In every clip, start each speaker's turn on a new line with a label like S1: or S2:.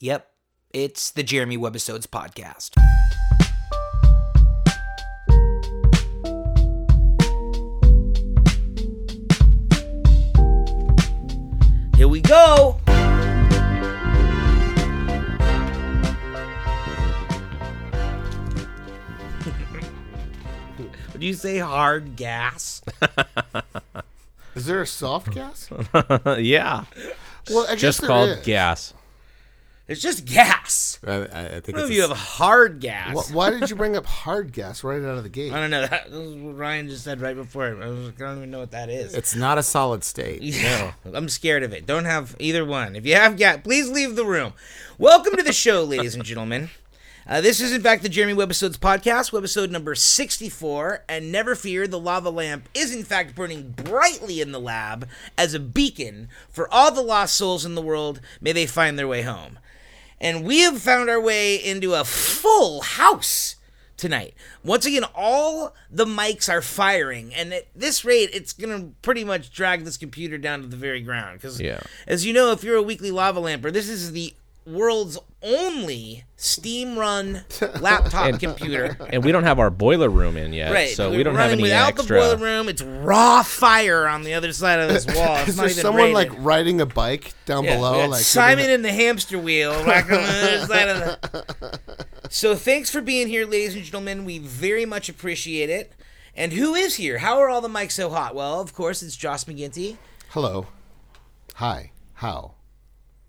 S1: Yep, it's the Jeremy Webisodes podcast. Here we go. Would you say hard gas?
S2: Is there a soft gas?
S3: yeah.
S2: Well, I guess
S3: Just
S2: there
S3: called
S2: is.
S3: gas.
S1: It's just gas.
S4: I, I I
S1: What
S4: think it's
S1: if
S4: a
S1: you have
S4: s-
S1: hard gas?
S2: Wh- Why did you bring up hard gas right out of the gate?
S1: I don't know. That, that was what Ryan just said right before. I, was, I don't even know what that is.
S4: it's not a solid state.
S1: yeah, I'm scared of it. Don't have either one. If you have gas, please leave the room. Welcome to the show, ladies and gentlemen. Uh, this is, in fact, the Jeremy Webisodes podcast, webisode number 64. And never fear, the lava lamp is, in fact, burning brightly in the lab as a beacon for all the lost souls in the world. May they find their way home. And we have found our way into a full house tonight. Once again, all the mics are firing, and at this rate, it's gonna pretty much drag this computer down to the very ground. Because,
S3: Yeah.
S1: as you know, if you're a weekly lava lamper, this is the world's only steam-run laptop computer.
S3: And we don't have our boiler room in yet,
S1: Right,
S3: so
S1: we're
S3: we don't
S1: running
S3: have any
S1: without
S3: extra.
S1: the boiler room. It's raw fire on the other side of this wall. It's
S2: Is
S1: not
S2: there
S1: even
S2: someone
S1: rated.
S2: like riding a bike down
S1: Yeah, we
S2: below?
S1: got
S2: Like
S1: Simon and the hamster wheel. Like on the other side of the... So thanks for being here, ladies and gentlemen. We very much appreciate it. And who is here? How are all the mics so hot? Well, of course, it's Josh McGinty.
S2: Hello. Hi. How?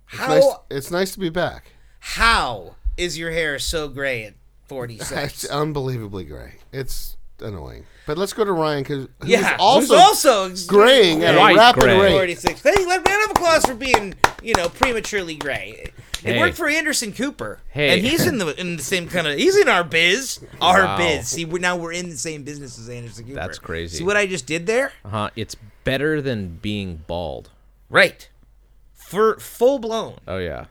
S1: How
S2: Nice, it's nice to be back.
S1: how is your hair so gray at forty
S2: It's
S1: six?
S2: unbelievably gray. It's annoying. But let's go to Ryan because
S1: Yeah,
S2: also,
S1: who's also
S2: graying at
S3: White
S2: a rapid
S3: gray.
S2: rate.
S1: forty six. Hey, let round of applause for being you know prematurely gray. It
S3: Hey.
S1: worked for Anderson Cooper,
S3: Hey.
S1: and he's in the in the same kind of he's in our biz, our
S3: Wow.
S1: biz. See, we're, now we're in the same business as Anderson Cooper.
S3: That's crazy.
S1: See what I just did there?
S3: Uh-huh. It's better than being bald.
S1: Right, for full blown.
S3: Oh yeah.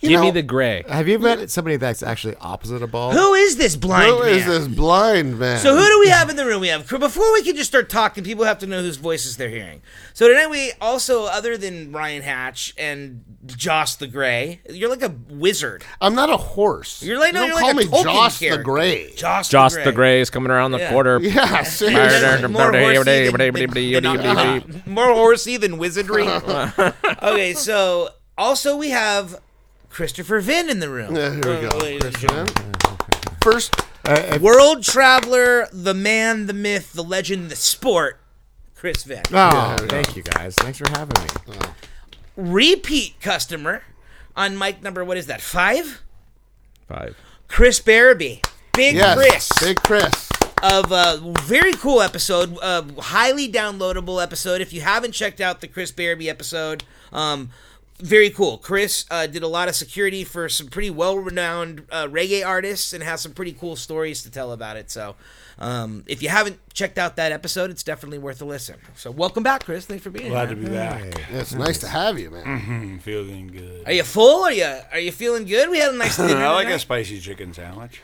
S2: You
S3: Give
S2: know,
S3: me the gray.
S1: uh,
S4: Have you met somebody that's actually opposite a ball?
S1: Who is this blind
S2: Who is
S1: man?
S2: this blind man?
S1: So who do we have in the room? We have before we can just start talking, people have to know whose voices they're hearing. So tonight we also, other than Ryan Hatch and Joss the Gray, you're like a wizard.
S2: I'm not a horse.
S1: You're like- no,
S2: You
S1: you're
S2: don't
S1: like
S2: call
S1: a
S2: me
S1: Tolkien
S2: Josh the
S1: character.
S2: Gray.
S1: Joss,
S3: Joss
S1: the Gray.
S3: the Gray is coming around the
S1: Yeah.
S3: corner.
S2: Yeah,
S3: Murder.
S2: seriously.
S1: More horsey than- than- than- more horsey than wizardry. okay, so also we have Christopher Vinn in the room.
S2: Yeah, here we
S1: Uh,
S2: go.
S1: ladies and
S2: Christian. First,
S1: World traveler, the man, the myth, the legend, the sport, Chris Vinn.
S4: Oh, thank you guys. Thanks for having me.
S1: Repeat customer on mic number, what is that, five?
S3: Five.
S1: Chris Barabee. Big
S2: yes,
S1: Chris
S2: Big Chris.
S1: of a very cool episode, a highly downloadable episode. If you haven't checked out the Chris Barabee episode, um, very cool. Chris uh, did a lot of security for some pretty well-renowned uh, reggae artists and has some pretty cool stories to tell about it. So, um, if you haven't checked out that episode, it's definitely worth a listen. So, welcome back, Chris. Thanks for being
S5: Glad
S1: here.
S5: to be back.
S2: Yeah, it's nice to have you, man.
S1: Mm-hmm.
S5: I'm feeling good.
S1: Are you full? Are you are you feeling good? We had a nice dinner.
S5: I like a
S1: tonight.
S5: spicy chicken sandwich.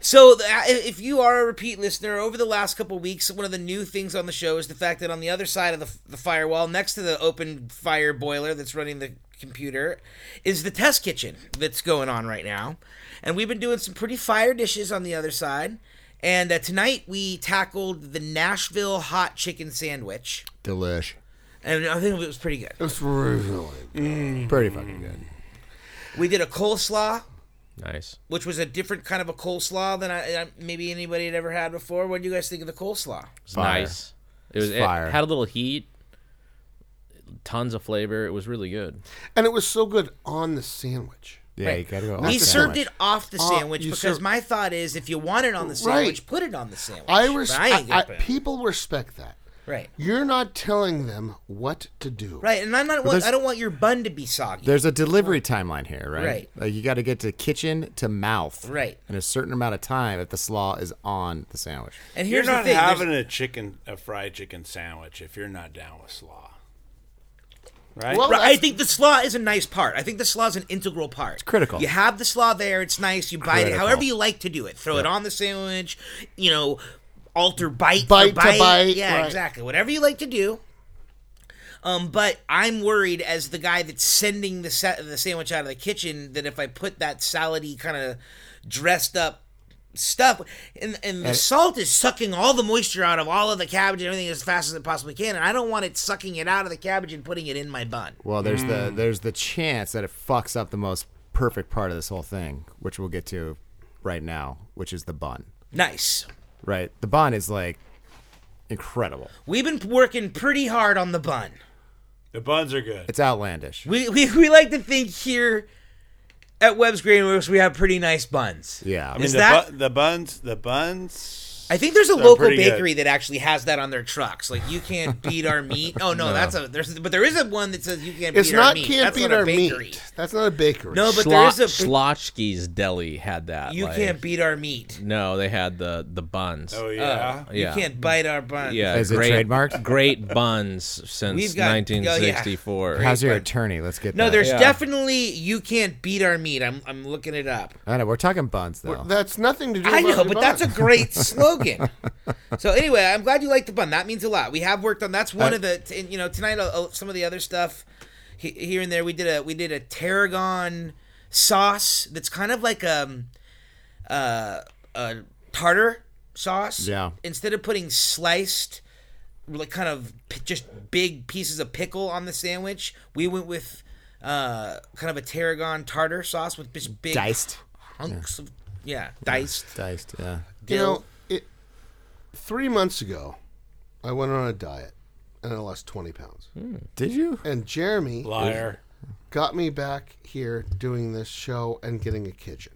S1: So, the- uh, if you are a repeat listener, over the last couple weeks, one of the new things on the show is the fact that on the other side of the, the firewall, next to the open fire boiler that's running the computer, is the test kitchen that's going on right now. And we've been doing some pretty fire dishes on the other side. And uh, tonight we tackled the Nashville hot chicken sandwich.
S2: Delish.
S1: And I think it was pretty good.
S2: It's really good.
S4: Pretty fucking good.
S1: We did a coleslaw,
S3: Nice.
S1: which was a different kind of a coleslaw than I, I, maybe anybody had ever had before. What do you guys think of the coleslaw?
S3: It was
S4: Fire.
S3: nice. It was it
S4: fire.
S3: had a little heat. Tons of flavor. It was really good.
S2: And it was so good on the sandwich.
S4: Yeah, you gotta go.
S1: We
S2: That's
S1: served
S4: it.
S1: it off the sandwich
S2: you
S1: because
S2: serve-
S1: my thought is if you want it on the sandwich,
S2: Right.
S1: put it on the sandwich.
S2: I
S1: But
S2: res-
S1: ain't
S2: I-
S1: gonna
S2: I-
S1: put it-
S2: people respect that.
S1: right.
S2: You're not telling them what to do.
S1: Right, and I'm not. Want,
S4: there's-
S1: I don't want your bun to be soggy.
S4: There's a delivery timeline here, right?
S1: Right.
S4: Like you got to get to kitchen to mouth.
S1: Right.
S4: In a certain amount of time if the slaw is on the sandwich.
S1: And
S5: You're
S1: here's
S5: not
S1: the thing: there's-
S5: having a chicken, a fried chicken sandwich if you're not down with slaw, right?
S2: Well,
S1: Right, I
S2: that's-
S1: think the slaw is a nice part. I think the slaw is an integral part. It's
S4: critical.
S1: You have the slaw there. It's nice. You bite it
S4: Critical.
S1: however you like to do it. Throw it on the sandwich. You know, alter bite, for
S2: Bite to
S1: bite.
S2: bite,
S1: Yeah,
S2: right.
S1: exactly. Whatever you like to do. Um, but I'm worried as the guy that's sending the sa- the sandwich out of the kitchen that if I put that salady kind of dressed up stuff and, and the salt is sucking all the moisture out of all of the cabbage and everything as fast as it possibly can and i don't want it sucking it out of the cabbage and putting it in my bun
S4: Well, there's the there's the chance that it fucks up the most perfect part of this whole thing, which we'll get to right now, which is the bun.
S1: nice
S4: Right? The bun is like incredible.
S1: we've been working pretty hard on the bun
S5: The buns are good.
S4: It's outlandish.
S1: we, we, we like to think here at webb's grain works we have pretty nice buns
S4: Yeah.
S5: I mean,
S1: Is
S5: the,
S1: that-
S5: bu- the buns, the buns.
S1: I think there's a local
S5: pretty good.
S1: bakery that actually has that on their trucks. Like you can't beat our meat. Oh no, that's a there's but there is a one that says you can't
S2: It's
S1: beat our
S2: not
S1: meat.
S2: can't
S1: that's
S2: beat
S1: not a
S2: our
S1: bakery.
S2: meat. That's not a bakery.
S1: No, but there
S3: Schlo-
S1: is a
S3: Schlotzsky's Deli had that.
S1: you
S3: like-
S1: can't beat our meat.
S3: No, they had the the buns.
S5: Oh yeah.
S3: yeah.
S1: You can't bite our buns.
S3: Yeah,
S4: Is it
S3: great,
S4: trademarked?
S3: Great buns since
S1: We've got- oh, yeah.
S3: 1964.
S4: How's your attorney? Let's get
S1: No,
S4: that.
S1: there's
S3: Yeah.
S1: definitely you can't beat our meat. I'm I'm looking it up.
S4: I know, we're talking buns though.
S2: that's nothing to do.
S1: I
S2: with
S1: know,
S2: Bobby
S1: but that's a
S2: Bonds.
S1: great slogan. so anyway, I'm glad you like the bun. That means a lot. We have worked on that's
S4: Uh,
S1: one of the t- and, you know tonight uh, uh, some of the other stuff he- here and there. We did a we did a tarragon sauce that's kind of like um uh a tartar sauce.
S4: Yeah.
S1: Instead of putting sliced like kind of p- just big pieces of pickle on the sandwich, we went with uh kind of a tarragon tartar sauce with just big
S4: Diced.
S1: hunks of yeah diced.
S4: Diced, yeah.
S2: You
S1: Dill.
S2: know, it, three months ago, I went on a diet and I lost twenty pounds.
S1: Hmm.
S4: Did you?
S2: And Jeremy
S5: Liar.
S2: got me back here doing this show and getting a kitchen.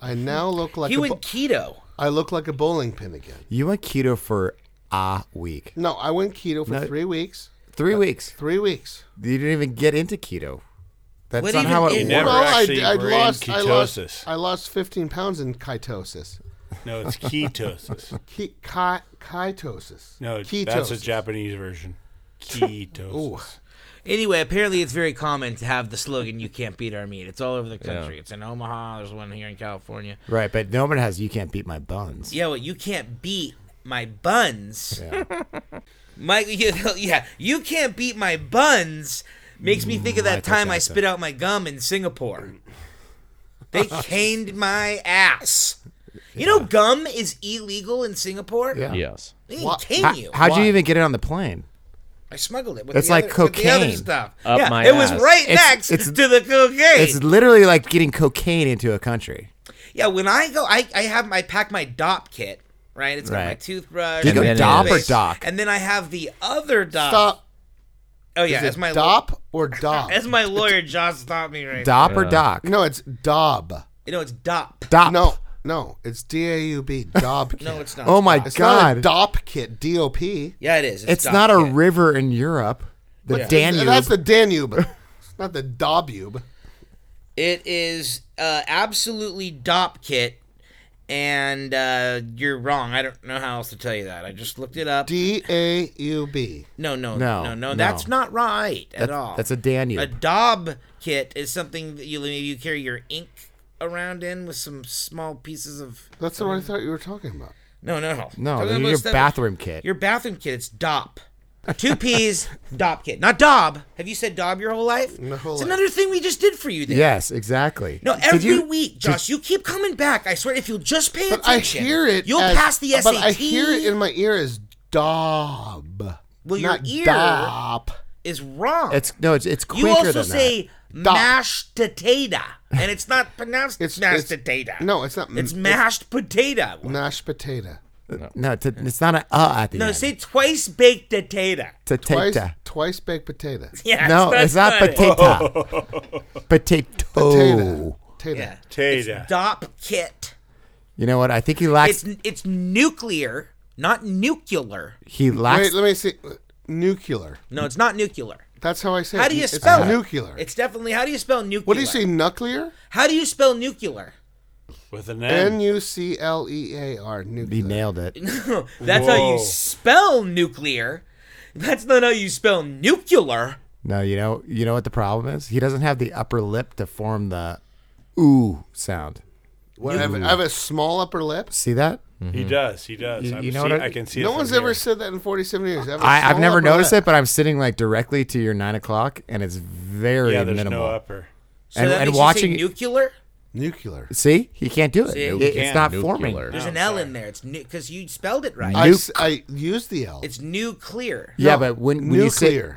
S2: I now look like
S1: You
S2: a
S1: went
S2: bo-
S1: keto.
S2: I look like a bowling pin again.
S4: You went keto for a week.
S2: No, I went keto for
S4: No.
S2: three weeks.
S4: Three weeks.
S2: Three weeks.
S4: You didn't even get into keto. That's
S1: What
S4: not
S1: even
S4: how
S1: is-
S4: it
S1: You
S4: works.
S5: never-
S2: Well, I,
S5: actually
S2: I
S5: were in
S2: lost. I lost.
S5: ketosis.
S2: I lost fifteen pounds in ketosis.
S5: No, it's ketosis.
S2: Ke- ki- ketosis.
S5: No,
S2: ketosis.
S5: that's a Japanese version. Ketosis.
S2: Ooh.
S1: Anyway, apparently it's very common to have the slogan "You can't beat our meat." It's all over the country. It's in Omaha. There's one here in California.
S4: Right, but no one has you can't beat my buns.
S1: Yeah, well, you can't beat my buns. my you, yeah, you can't beat my buns. Makes me think of that
S4: Michael
S1: time I
S4: Jackson.
S1: spit out my gum in Singapore. They caned my ass. You know, gum is illegal in Singapore.
S4: Yeah.
S3: Yes.
S1: They
S2: Wha-
S1: cane
S4: How,
S1: you.
S4: how'd you
S2: Why?
S4: even get it on the plane?
S1: I smuggled it. With
S4: That's
S1: the
S4: like
S1: other, with the other
S4: cocaine.
S1: stuff.
S3: Up
S1: yeah,
S3: my
S1: it was
S3: ass.
S1: right
S4: It's-
S1: next
S4: it's-
S1: to the cocaine.
S4: It's literally like getting cocaine into a country.
S1: Yeah, when I go, I, I have I pack my DOP kit. Right, it's got my
S4: Right.
S1: toothbrush.
S4: Do
S1: my
S4: you go
S3: then
S4: dop or
S1: toothpaste,
S4: doc?
S1: And then I have the other DOP.
S2: Stop.
S1: Oh yeah,
S2: Is
S1: as
S2: it
S1: my
S2: dop or dob?
S1: as my lawyer Josh stopped me right.
S4: Dop or doc?
S2: no, it's dob.
S1: You know it's DOP.
S4: Dop.
S2: No, no, it's D A U B. Dob kit.
S1: No, it's not.
S4: Oh my
S1: DOP.
S2: It's not
S4: god.
S2: a dop kit. D O P.
S1: Yeah, it is. It's,
S4: it's
S1: DOP
S4: not a
S1: kit.
S4: river in Europe. The Danube.
S2: That's the Danube. it's not the Dobube.
S1: It is uh, absolutely DOP kit, and uh, you're wrong. I don't know how else to tell you that. I just looked it up.
S2: D A U B.
S1: no, no, no, no,
S4: No, no.
S1: That's not right at all.
S4: That's a
S1: A
S4: Danube.
S1: daub kit is something that you maybe you carry your ink around in with some small pieces of.
S2: That's what I thought you were talking about.
S1: No, no, no.
S4: no,
S1: Talking
S4: they're
S1: about
S4: your
S1: stuff-
S4: bathroom kit.
S1: Your bathroom kit. It's dop. Two P's, dop kit, not dob. Have you said dob your whole life?
S2: My whole
S1: it's
S2: life.
S1: another thing we just did for you. There.
S4: yes, exactly.
S1: No,
S4: Did
S1: every
S4: you-
S1: week, Josh, you keep coming back. I swear, if you'll just pay
S2: But I
S1: attention,
S2: hear it.
S1: You'll
S2: as- uh,
S1: pass the SAT.
S2: But I hear it in my ear as Dob.
S1: Well, your
S2: not
S1: ear-
S2: Dop.
S1: is wrong.
S4: It's no, it's it's quicker
S1: you also
S4: than
S1: say mashed potato, and it's not pronounced
S2: It's
S1: mashed
S2: it's-
S1: potato.
S2: No, it's
S4: Mm,
S2: not.
S1: It's mashed potato. No,
S2: mashed potato.
S4: that. No, it's, it's not an uh at the end.
S1: say twice baked potato.
S4: to
S2: Twice, twice baked potato.
S1: Yeah,
S4: No,
S1: that's
S4: it's not
S1: it.
S4: potato. potato.
S2: Potato.
S4: Oh.
S2: Potato.
S1: Yeah.
S5: Tata.
S1: Dop kit.
S4: You know what? I think he lacks.
S1: It's it's nuclear, not nuclear.
S4: he
S2: Wait,
S4: lacks.
S2: let me see. Nuclear.
S1: No, it's not nuclear.
S2: That's how I say.
S1: How
S2: it.
S1: do you
S2: It's
S1: spell it?
S2: Nuclear.
S1: It's definitely how do you spell nuclear?
S2: what do you say? Nuclear.
S1: How do you spell nuclear?
S5: With an
S2: N
S5: N.
S2: U C L E A R.
S4: he
S2: Nuclear.
S4: nailed it.
S1: That's how you
S5: Whoa.
S1: spell nuclear. That's not how you spell nuclear.
S4: No, you know, you know what the problem is? He doesn't have the upper lip to form the ooh sound.
S2: What, I, have, I have a small upper lip.
S4: See that?
S5: He does. He does.
S4: You-
S5: I've
S4: you know
S5: seen-
S4: what I-
S5: I can see. it
S2: No
S5: from
S2: one's
S5: here.
S2: ever said that in 47 years. Ever.
S4: I, I've
S2: Small
S4: never
S2: up or
S4: noticed
S2: that?
S4: it, but I'm sitting like directly to your nine o'clock, and it's very
S5: Yeah, there's
S4: minimal.
S5: no upper.
S1: So
S4: And-
S1: that
S4: and
S1: makes
S4: watching-
S1: you say nuclear.
S2: Nuclear.
S4: See, he can't do it.
S1: See?
S4: It-
S1: You
S4: it's
S5: can't.
S4: not
S3: Nuclear.
S4: forming.
S1: There's
S5: No,
S1: an L
S5: Oh, sorry.
S1: in there. It's because you spelled it right.
S2: I, s- I used the L.
S1: it's nuclear.
S4: Yeah, but when, when
S2: nuclear.
S4: you say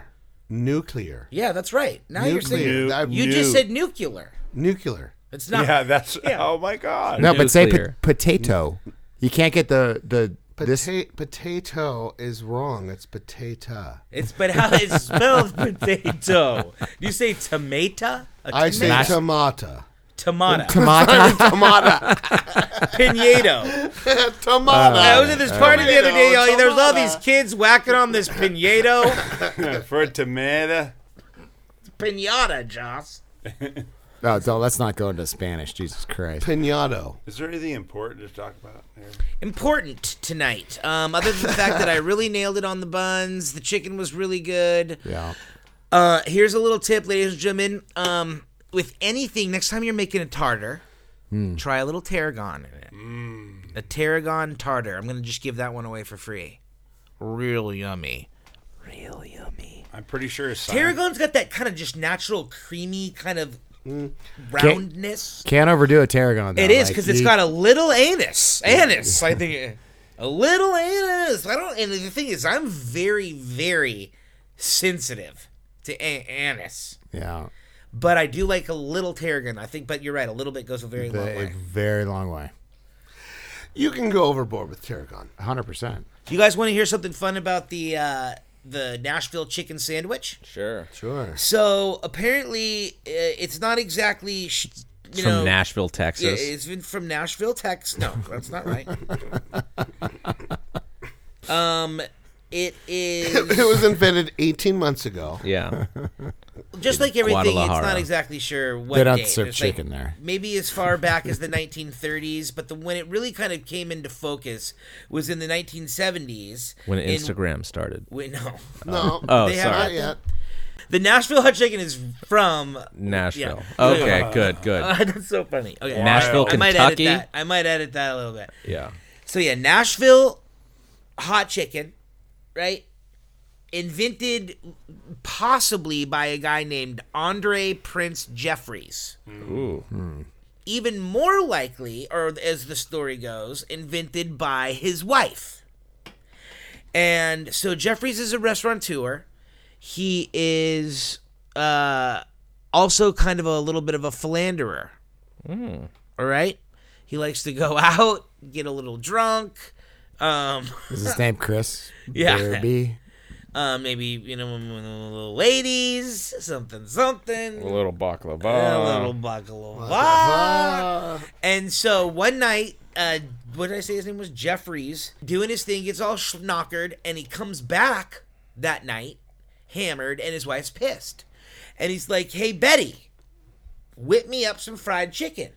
S2: nuclear.
S1: Yeah, that's right. Now you're saying
S2: Nuclear. I-
S5: Nu-
S1: you just said nuclear.
S2: nuclear.
S1: It's not.
S5: Yeah, that's.
S1: Yeah.
S5: Oh my god.
S4: no, but say po-
S3: Nuclear.
S4: potato, you can't get the the this.
S2: Pota- potato is wrong. It's potato.
S1: It's but how it's spelled potato. Do you say tomato? A
S2: I say
S1: tomato.
S2: tomato.
S1: tomato.
S4: Tomato.
S2: Tomato. Uh,
S1: Pinedo. I was
S2: tomato.
S1: at this party the other day.
S2: Tomato,
S1: y'all, There was all
S2: tomato.
S1: these kids whacking on this pinedo.
S5: For tomato.
S1: Pinata, Joss.
S4: no, don't, let's not go into Spanish. Jesus Christ.
S2: Pinado.
S5: Is there anything important to talk about? Here?
S1: Important tonight. Um, other than the fact that I really nailed it on the buns, the chicken was really good.
S4: Yeah.
S1: Uh, here's a little tip, ladies and gentlemen. Um, with anything, next time you're making a tartar, try a little tarragon in it. A tarragon tartar. I'm gonna just give that one away for free. Real yummy. Real yummy.
S5: I'm pretty sure it's
S1: Tarragon's got that kind of just natural creamy kind of roundness.
S4: Can't overdo a tarragon. Though.
S1: It is
S4: Like,
S1: because it's
S4: you-
S1: got a little anus. Anus, I think. A little anus. I don't. And the thing is, I'm very, very sensitive to a- anus.
S4: yeah.
S1: But I do like a little tarragon. I think. But you're right. A little bit goes a very long
S4: The, a
S1: way.
S4: very long way.
S2: You can go overboard with tarragon.
S4: Hundred percent.
S1: You guys want to hear something fun about the uh, the Nashville chicken sandwich?
S3: Sure.
S2: Sure.
S1: So apparently, uh, it's not exactly. Sh- you
S3: It's from
S1: know,
S3: Nashville,
S1: Yeah,
S3: Texas.
S1: it's been from Nashville, Texas. No, that's not right. um, it
S2: It
S1: is
S2: was invented 18 months ago.
S3: Yeah.
S1: just like everything. It's
S3: Guadalajara.
S1: not exactly sure what
S4: They don't
S1: date.
S4: serve
S1: It's like
S4: chicken there.
S1: Maybe as far back as the 1930s, but the when it really kind of came into focus was in the 1970s
S3: When
S1: in-
S3: Instagram started.
S1: Wait, no,
S2: No.
S3: Oh,
S1: They have-
S2: Not
S3: sorry.
S2: yet.
S1: the Nashville hot chicken is from.
S3: Nashville.
S1: Yeah.
S3: Okay, good, good.
S1: that's so funny. Okay,
S3: Nashville,
S1: Uh, I might edit
S3: Kentucky?
S1: that. I might edit that a little bit.
S3: Yeah.
S1: So yeah, Nashville hot chicken, right? Invented possibly by a guy named Andre Prince Jeffries. Hmm.
S3: Ooh.
S1: Even more likely, or as the story goes, invented by his wife. And so Jeffries is a restaurateur. He is uh, also kind of a little bit of a philanderer. All right? He likes to go out, get a little drunk. Um,
S4: Is his name Chris?
S1: Yeah.
S4: Derby?
S1: uh, maybe you know, with the little ladies, something, something, a
S3: little baklava.
S1: little baklava. And so one night, uh, what did I say? His name was Jeffries, doing his thing, gets all schnockered, and he comes back that night, hammered, and his wife's pissed, and he's like, "Hey Betty, whip me up some fried chicken."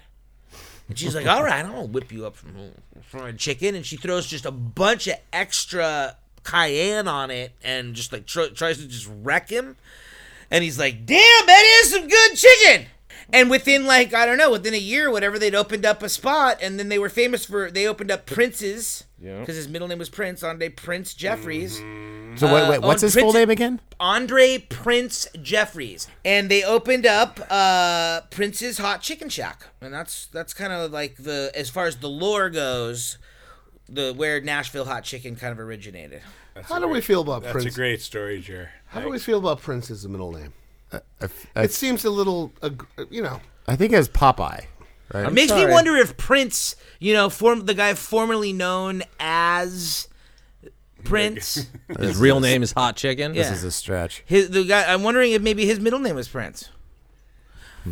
S1: And she's like, "All right, I'll whip you up some fried chicken," and she throws just a bunch of extra cayenne on it, and just like tr- tries to just wreck him. And he's like, damn, that is some good chicken. And within like, I don't know, within a year or whatever, they'd opened up a spot and then they were famous for, they opened up Prince's.
S3: Yeah.
S1: Because his middle name was Prince, Andre Prince Jeffries.
S4: So
S1: Uh,
S4: wait, wait, what's
S1: on
S4: his full
S1: Prince-
S4: name again?
S1: Andre Prince Jeffries. And they opened up uh Prince's Hot Chicken Shack. And that's that's kind of like the as far as the lore goes, the where Nashville hot chicken kind of originated.
S2: How do we feel about
S5: That's
S2: Prince?
S5: a great story, Jer.
S2: How do we feel about Prince as a middle name?
S4: I-
S2: It seems a little, ag- you know.
S4: Uh, I think it was Popeye. Right?
S1: It makes me
S3: sorry.
S1: wonder if Prince, you know, form the guy formerly known as Prince.
S3: His real name is Hot Chicken.
S1: Yeah.
S4: This is a stretch.
S1: his, the guy. I'm wondering if maybe his middle name was Prince.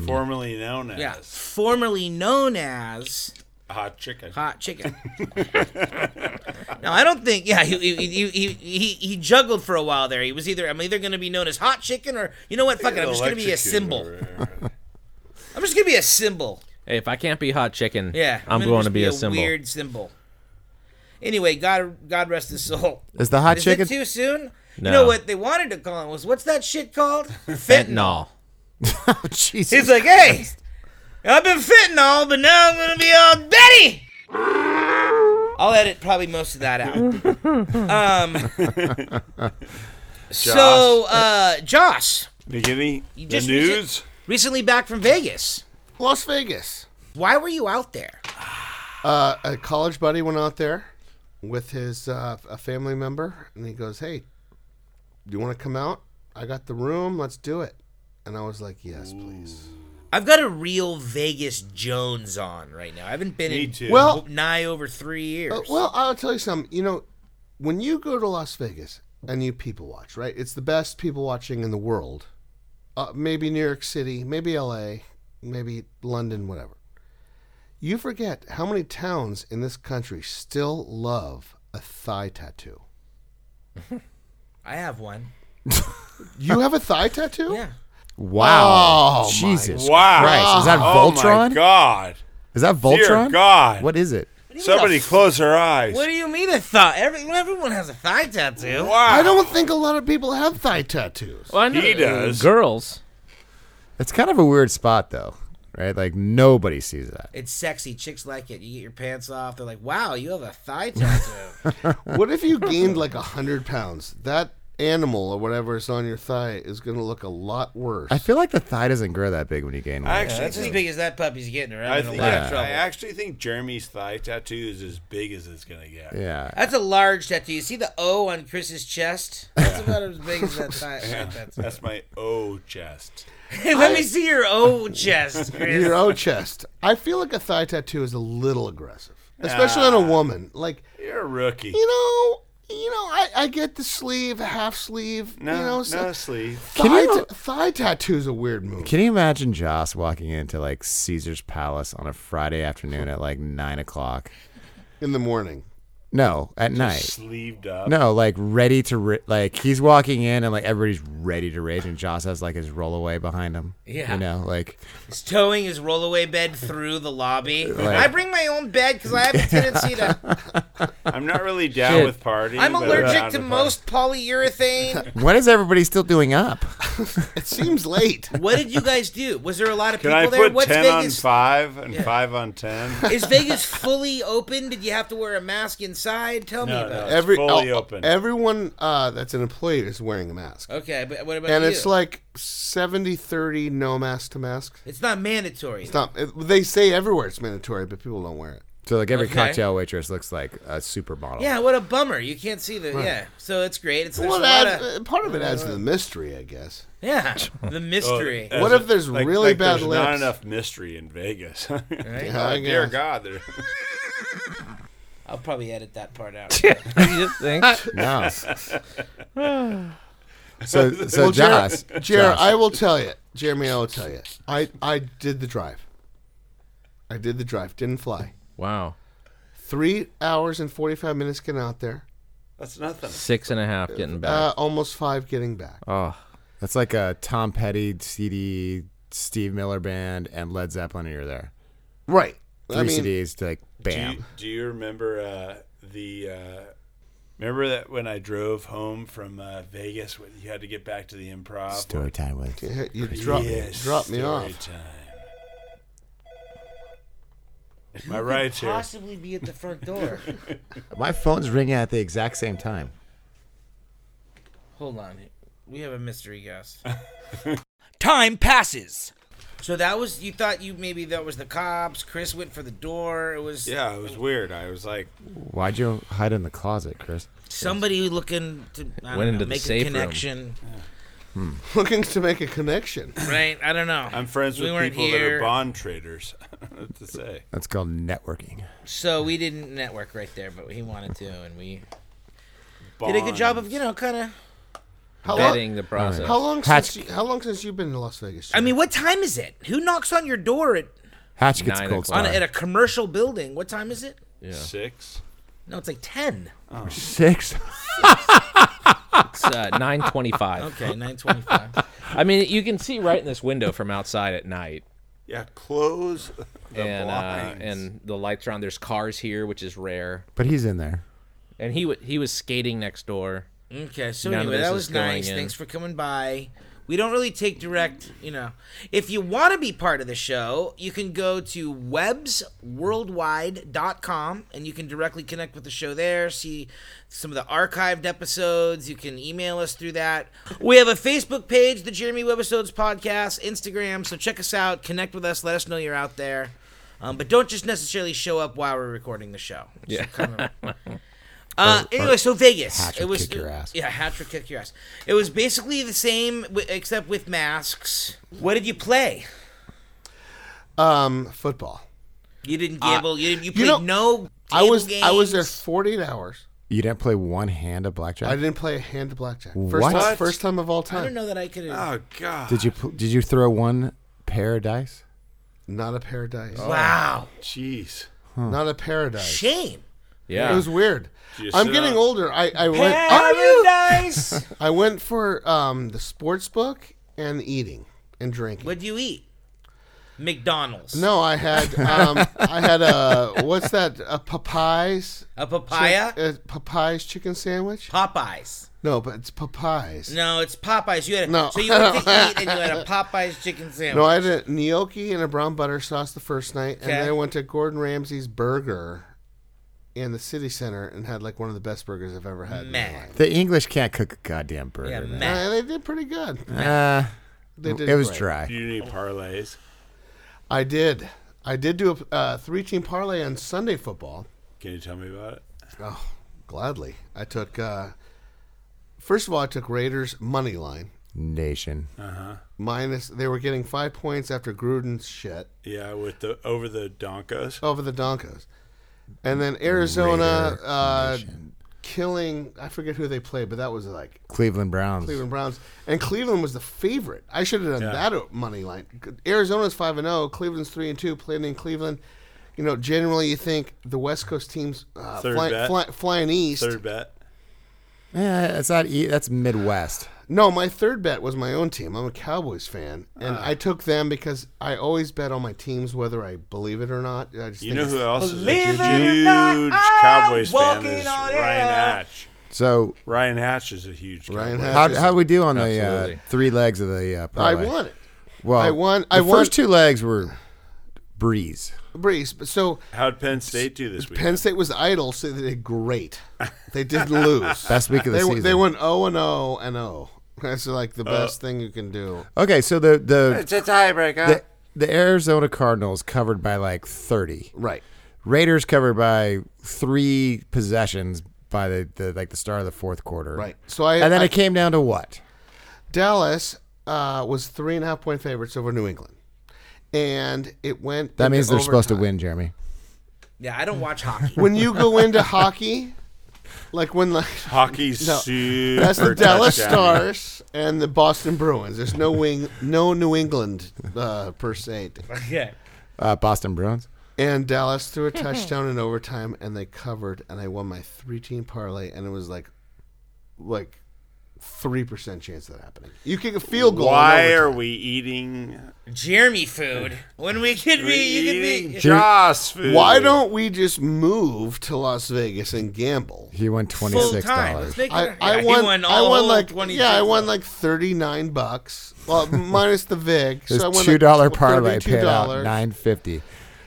S5: Formerly known as
S1: Yeah, formerly known as
S5: hot chicken.
S1: Hot Chicken. no, I don't think. Yeah, he he, he he he he juggled for a while there. He was either I'm either going to be known as Hot Chicken or you know what? Fuck it, I'm just going to be a symbol.
S5: Electrocuted.
S1: I'm just going to be a symbol.
S3: Hey, if I can't be Hot Chicken,
S1: Yeah,
S3: I'm,
S1: gonna
S3: going
S1: just
S3: to be, a symbol.
S1: weird symbol. Anyway, God God rest his soul.
S4: Is the hot
S1: Is
S4: chicken?
S1: it too soon?
S3: No.
S1: You know what they wanted to call it was what's that shit called?
S3: Fentanyl.
S4: Oh, Jesus.
S1: He's like, hey, I've been fentanyl, but now I'm gonna be all Betty. I'll edit probably most of that out. um, so, uh, Josh,
S5: Beginning the
S1: just-
S5: news.
S1: recently back from Vegas.
S2: Las Vegas.
S1: Why were you out there?
S2: Uh, a college buddy went out there with his uh, a family member, and he goes, "Hey, do you want to come out? I got the room. Let's do it." And I was like, "Yes, please."
S1: I've got a real Vegas Jones on right now. I haven't been
S5: Me
S1: in
S5: too.
S2: Well,
S1: nigh over three years.
S2: Uh, well, I'll tell you something. You know, when you go to Las Vegas and you people watch, right? It's the best people watching in the world. Uh, maybe New York City, maybe L.A., maybe London, whatever. You forget how many towns in this country still love a thigh tattoo.
S1: I have one.
S2: You have a thigh tattoo?
S1: Yeah.
S4: Wow.
S2: Oh, my
S4: Jesus
S5: Wow.
S4: Christ. Is that
S5: Oh
S4: Voltron?
S5: my God.
S4: Is that
S5: Dear
S4: Voltron?
S5: God.
S4: What is it?
S5: Somebody close their eyes.
S1: What do you mean a thigh? Every, everyone has a thigh tattoo.
S5: wow.
S2: I don't think a lot of people have thigh tattoos.
S3: Well, I
S5: He does.
S3: Girls.
S4: It's kind of a weird spot though, right? Like nobody sees that.
S1: It's sexy. Chicks like it. You get your pants off. They're like, wow, you have a thigh tattoo.
S2: What if you gained like a hundred pounds? That animal or whatever is on your thigh is going to look a lot worse.
S4: I feel like the thigh doesn't grow that big when you gain weight.
S5: I actually
S1: That's as
S5: think,
S1: big as that puppy's getting around.
S5: I,
S1: in a
S5: think
S1: lot
S4: Yeah.
S1: of
S5: I
S1: trouble.
S5: actually think Jeremy's thigh tattoo is as big as it's gonna get.
S4: yeah.
S1: That's a large tattoo. You see the O on Chris's chest? That's about as big as that thigh.
S5: Yeah,
S1: tattoo.
S5: that's my O chest.
S1: Hey, let me see your O chest, Chris.
S2: your own chest. I feel like a thigh tattoo is a little aggressive, especially on a woman. Like
S5: You're a rookie.
S2: you know, you know, I, I get the sleeve, half sleeve.
S5: No,
S2: you know,
S5: no
S2: so
S5: sleeve.
S2: thigh,
S4: Can you-
S2: ta- thigh tattoo is a weird move.
S4: Can you imagine Joss walking into like Caesar's Palace on a Friday afternoon at like nine o'clock?
S2: In the morning,
S4: No, at night.
S5: Sleeved up.
S4: No, like ready to ri like he's walking in and like everybody's ready to rage and Joss has like his rollaway behind him.
S1: Yeah.
S4: you know, like
S1: He's towing his rollaway bed through the lobby.
S4: Right.
S1: I bring my own bed because I have a tendency to.
S5: I'm not really down
S3: Shit.
S5: with partying.
S1: I'm
S5: but down
S1: allergic to
S5: with
S1: most polyurethane.
S4: what is everybody still doing up?
S2: it seems late.
S1: What did you guys do? Was there a lot of
S5: Can
S1: people
S5: I
S1: there?
S5: put
S1: What's
S5: ten on
S1: Vegas?
S5: five and five on ten?
S1: Is Vegas fully open? Did you have to wear a mask inside? Tell me
S5: No,
S1: about
S5: no.
S1: it.
S2: Every
S5: fully
S2: uh,
S5: open.
S2: Everyone uh, that's an employee is wearing a mask.
S1: Okay, but what about
S2: And
S1: you?
S2: it's like 70 30 no mask to mask.
S1: it's not mandatory.
S2: It's not, it- they say everywhere it's mandatory, but people don't wear it.
S4: So like every
S1: Okay.
S4: cocktail waitress looks like a supermodel.
S1: Yeah, what a bummer. You can't see the yeah. So it's great. It's there's
S2: Well,
S1: a lot
S2: that,
S1: of,
S2: uh, part of it adds to the mystery, I guess.
S1: yeah, the mystery.
S3: Oh,
S5: As
S2: What if there's
S5: like-
S2: really
S5: like
S2: bad
S5: there's Not
S2: lips?
S5: enough mystery in Vegas.
S2: Yeah, I
S5: Dear
S2: guess.
S5: God, there.
S1: I'll probably edit that part out.
S3: you think?
S4: No. so so
S2: Jer-
S4: Joss,
S2: Jer,
S4: Joss,
S2: I will tell you, Jeremy, I will tell you. I, I did the drive. I did the drive. Didn't fly.
S3: Wow.
S2: Three hours and forty-five minutes getting out there.
S5: That's nothing.
S3: Six and a half getting back.
S2: Uh, almost five getting back.
S3: oh.
S4: that's like a Tom Petty, CD, Steve Miller band, and Led Zeppelin. And you're there.
S2: Right.
S4: Three
S2: I mean,
S4: CDs to like
S5: Do
S4: bam.
S5: you, do you remember uh, the? Uh, remember that when I drove home from uh, Vegas, when you had to get back to the improv.
S4: Story time with
S2: you- you drop,
S5: Yes,
S2: drop me
S5: story
S2: off.
S5: Time. My ride's here.
S1: Possibly be at the front door.
S4: my phone's ringing at the exact same time.
S1: Hold on, we have a mystery guest. Time passes. So that was you thought you maybe that was the cops. Chris went for the door. It was
S5: Yeah, it was weird. I was like,
S4: Why'd you hide in the closet, Chris?
S1: somebody looking to I
S3: Went
S1: don't
S3: into
S1: know,
S3: the
S1: make a
S3: safe room.
S1: connection,
S2: Looking to make a connection.
S1: right? I don't know.
S5: I'm friends
S1: We
S5: with
S1: weren't
S5: people that
S1: here.
S5: are bond traders. I don't know what to say.
S4: That's called networking.
S1: so we didn't network right there, but he wanted to, and we did a good job of you know kind of.
S2: How
S3: Vetting
S2: long?
S3: the process.
S2: How long
S4: Hatch-
S2: since? You, how long since you've been to Las Vegas?
S1: I mean, what time is it? Who knocks on your door at
S4: Hatch gets
S3: Nine
S4: a cold
S1: on
S4: star.
S1: a, at a commercial building? What time is it?
S5: Six.
S1: No, it's like ten.
S4: Six.
S3: It's uh, 925.
S1: Okay, nine twenty-five.
S3: I mean, you can see right in this window from outside at night.
S5: Yeah, close the
S3: and uh,
S5: blinds.
S3: and the lights are on. There's cars here, which is rare.
S4: But he's in there.
S3: And he wa he was skating next door.
S1: okay, so
S3: None of
S1: anyway,
S3: this
S1: that
S3: is
S1: was
S3: going
S1: nice.
S3: in.
S1: Thanks for coming by. We don't really take direct, you know. If you want to be part of the show, you can go to websworldwide.com and you can directly connect with the show there, see some of the archived episodes. You can email us through that. We have a Facebook page, the Jeremy Webisodes Podcast, Instagram, so check us out, connect with us, let us know you're out there. Um, but don't just necessarily show up while we're recording the show. Yeah. Uh, anyway, so Vegas.
S2: Hatcher
S1: it was
S2: kick your ass.
S1: Yeah, Hatcher kick your ass. It was basically the same, wi- except with masks. What did you play?
S2: Um, football.
S1: You didn't gamble. you didn't, you played
S2: Uh, you know,
S1: no.
S2: I
S1: table
S2: was I was there
S1: games.
S2: 48 hours.
S4: You didn't play one hand of
S2: I
S4: blackjack.
S2: didn't play a hand of blackjack. First
S4: What?
S2: time, first time of all
S1: I don't
S2: time.
S1: know that I could. have
S5: Oh God.
S4: did you pl- did you throw one pair of dice?
S2: Not a paradise.
S1: Oh. Wow.
S5: Jeez.
S2: Not a paradise.
S1: Shame.
S3: Yeah.
S2: It was weird.
S5: Did you
S2: I'm
S5: sit
S2: getting
S5: on-
S2: older. I I went
S1: Paradise.
S2: I went for um the sports book and eating and drinking.
S1: What'd you eat? McDonald's.
S2: No, I had um I had a what's that a Popeyes
S1: A papaya.
S2: a Popeyes chicken sandwich?
S1: Popeyes.
S2: No, but it's Popeyes.
S1: No, it's Popeyes. You had a,
S2: No.
S1: so you went to eat and you had a Popeyes chicken sandwich.
S2: No, I had a gnocchi and a brown butter sauce the first night, and then
S1: Okay.
S2: I went to Gordon Ramsay's Burger in the city center and had like one of the best burgers I've ever had. in my
S1: Meh.
S2: life.
S4: The English can't cook a goddamn burger.
S1: yeah,
S4: man.
S1: Matt.
S2: And they did pretty good.
S4: Uh,
S2: They did
S4: it was
S2: great.
S4: dry.
S5: You need parlays.
S2: I did. I did do a uh, three-team parlay on Sunday football.
S5: Can you tell me about it?
S2: Oh, gladly. I took. Uh, first of all, I took Raiders money line
S4: Nation.
S2: minus. They were getting five points after Gruden's shit
S5: Yeah, with the over the Donkos.
S2: over the Donkos, and then Arizona uh, killing. I forget who they played, but that was like
S4: Cleveland Browns.
S2: Cleveland Browns, and Cleveland was the favorite. I should have done
S5: Yeah.
S2: that at money line. Arizona's five and zero. Cleveland's three and two. Playing in Cleveland, you know, generally you think the West Coast teams uh,
S5: Third
S2: fly,
S5: bet.
S2: fly, flying east.
S5: Third bet.
S4: Yeah, that's not. E- that's Midwest.
S2: No, my third bet was my own team. I'm a Cowboys fan, and
S5: Ah.
S2: I took them because I always bet on my teams, whether I believe it or not. I just
S5: You
S2: think
S5: know
S2: it's-
S5: who else is a
S1: Believe
S5: huge
S1: it or not, I'm
S5: Cowboys fan
S1: walking
S5: is
S1: on
S5: Ryan
S1: air.
S5: Hatch.
S4: So
S5: Ryan Hatch is a huge
S2: Ryan
S5: Cowboys.
S4: how
S2: Hatch is-
S4: how we do on the uh,
S3: Absolutely.
S4: three legs of the uh,
S2: I
S4: parlay?
S2: won it.
S4: Well,
S2: I won-
S4: The
S2: I won-
S4: first two legs were breeze.
S2: Breeze. But so
S5: How'd Penn State do this week?
S2: Penn State was idle, so they did great. They didn't lose.
S4: Best week of the
S2: they,
S4: season. Uh,
S2: They went 0 and 0 and 0. That's like the best thing you can do.
S4: Okay, so the the
S5: it's a tiebreaker.
S4: the, the Arizona Cardinals covered by like thirty.
S2: Right.
S4: Raiders covered by three possessions by the, the like the start of the fourth quarter.
S2: Right. So I,
S4: and then
S2: I-
S4: it came down to what?
S2: Dallas uh, was three and a half point favorites over New England, and it went.
S4: That
S2: into
S4: means they're supposed to
S2: overtime.
S4: win, Jeremy.
S1: Yeah, I don't watch hockey.
S2: When you go into hockey, like when like
S5: Hockey's
S2: No.
S5: super
S2: That's the Dallas
S5: touchdown.
S2: Stars and the Boston Bruins. There's no wing, no New England uh, per se.
S1: yeah.
S4: Uh, Boston Bruins.
S2: And Dallas threw
S1: Mm-hmm.
S2: a touchdown in overtime, and they covered, and I won my three-team parlay, and it was like, like, three percent chance of that happening. You kick a field goal. in
S5: Why
S2: overtime.
S5: are we eating?
S1: Jeremy food. When we could
S5: We
S1: be, you
S5: eating
S1: could be.
S5: Joss food.
S2: Why don't we just move to Las Vegas and gamble?
S4: He won twenty
S1: Full
S4: six
S1: time. Let's
S4: dollars.
S1: make it.
S2: I,
S1: a-
S2: I
S1: Yeah, he
S2: won. I
S1: all
S2: won like
S1: 26
S2: yeah. I won like thirty nine bucks. Well, minus the vig.
S4: His
S2: so I won
S4: two dollar
S2: like
S4: parlay paid out
S2: $32.
S4: nine fifty.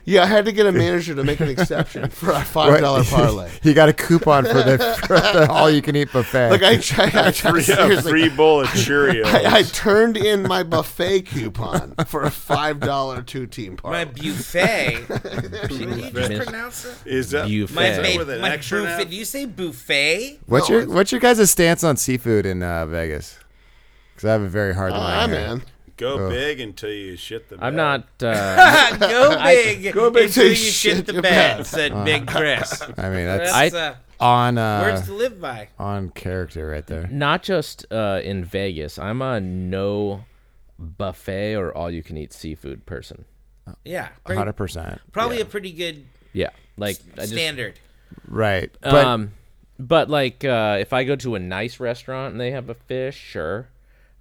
S2: Yeah, I had to get a manager to make an exception for a five dollar parlay.
S4: he got a coupon for the, for the all you can eat buffet.
S2: Like I, I, I,
S5: Free, a
S2: seriously,
S5: free bowl of Cheerios.
S2: I, I turned in my buffet coupon for a five dollar two team
S1: My
S2: parlay.
S1: buffet. Did you just pronounce it?
S5: is that
S1: My,
S3: Buffet.
S5: buffet
S1: ba-
S5: with an
S1: my
S5: extra
S1: buffet.
S5: now?
S1: Do you say buffet?
S4: what's your what's your guys' stance on seafood in uh, Vegas? Because I have a very hard
S2: Ah,
S4: line. here.
S2: man.
S5: Go big until you shit the.
S3: I'm
S5: bed.
S3: not. Uh,
S1: Ah, go big.
S2: Go big
S1: until
S2: till
S1: you
S2: you
S1: shit
S2: shit
S1: the
S2: your
S1: bed,
S2: pants. Uh,
S1: said Big Chris.
S4: I mean that's
S1: That's
S3: I-
S1: uh,
S4: on
S1: words
S4: uh,
S1: to live by.
S4: on character right there.
S3: not just uh, in Vegas. I'm a no buffet or all you can eat seafood person.
S1: Yeah. pretty-
S4: Hundred percent.
S1: probably a pretty good
S3: Yeah, like I just
S1: standard.
S4: Right. But
S3: um, but like uh, if I go to a nice restaurant and they have a fish, sure,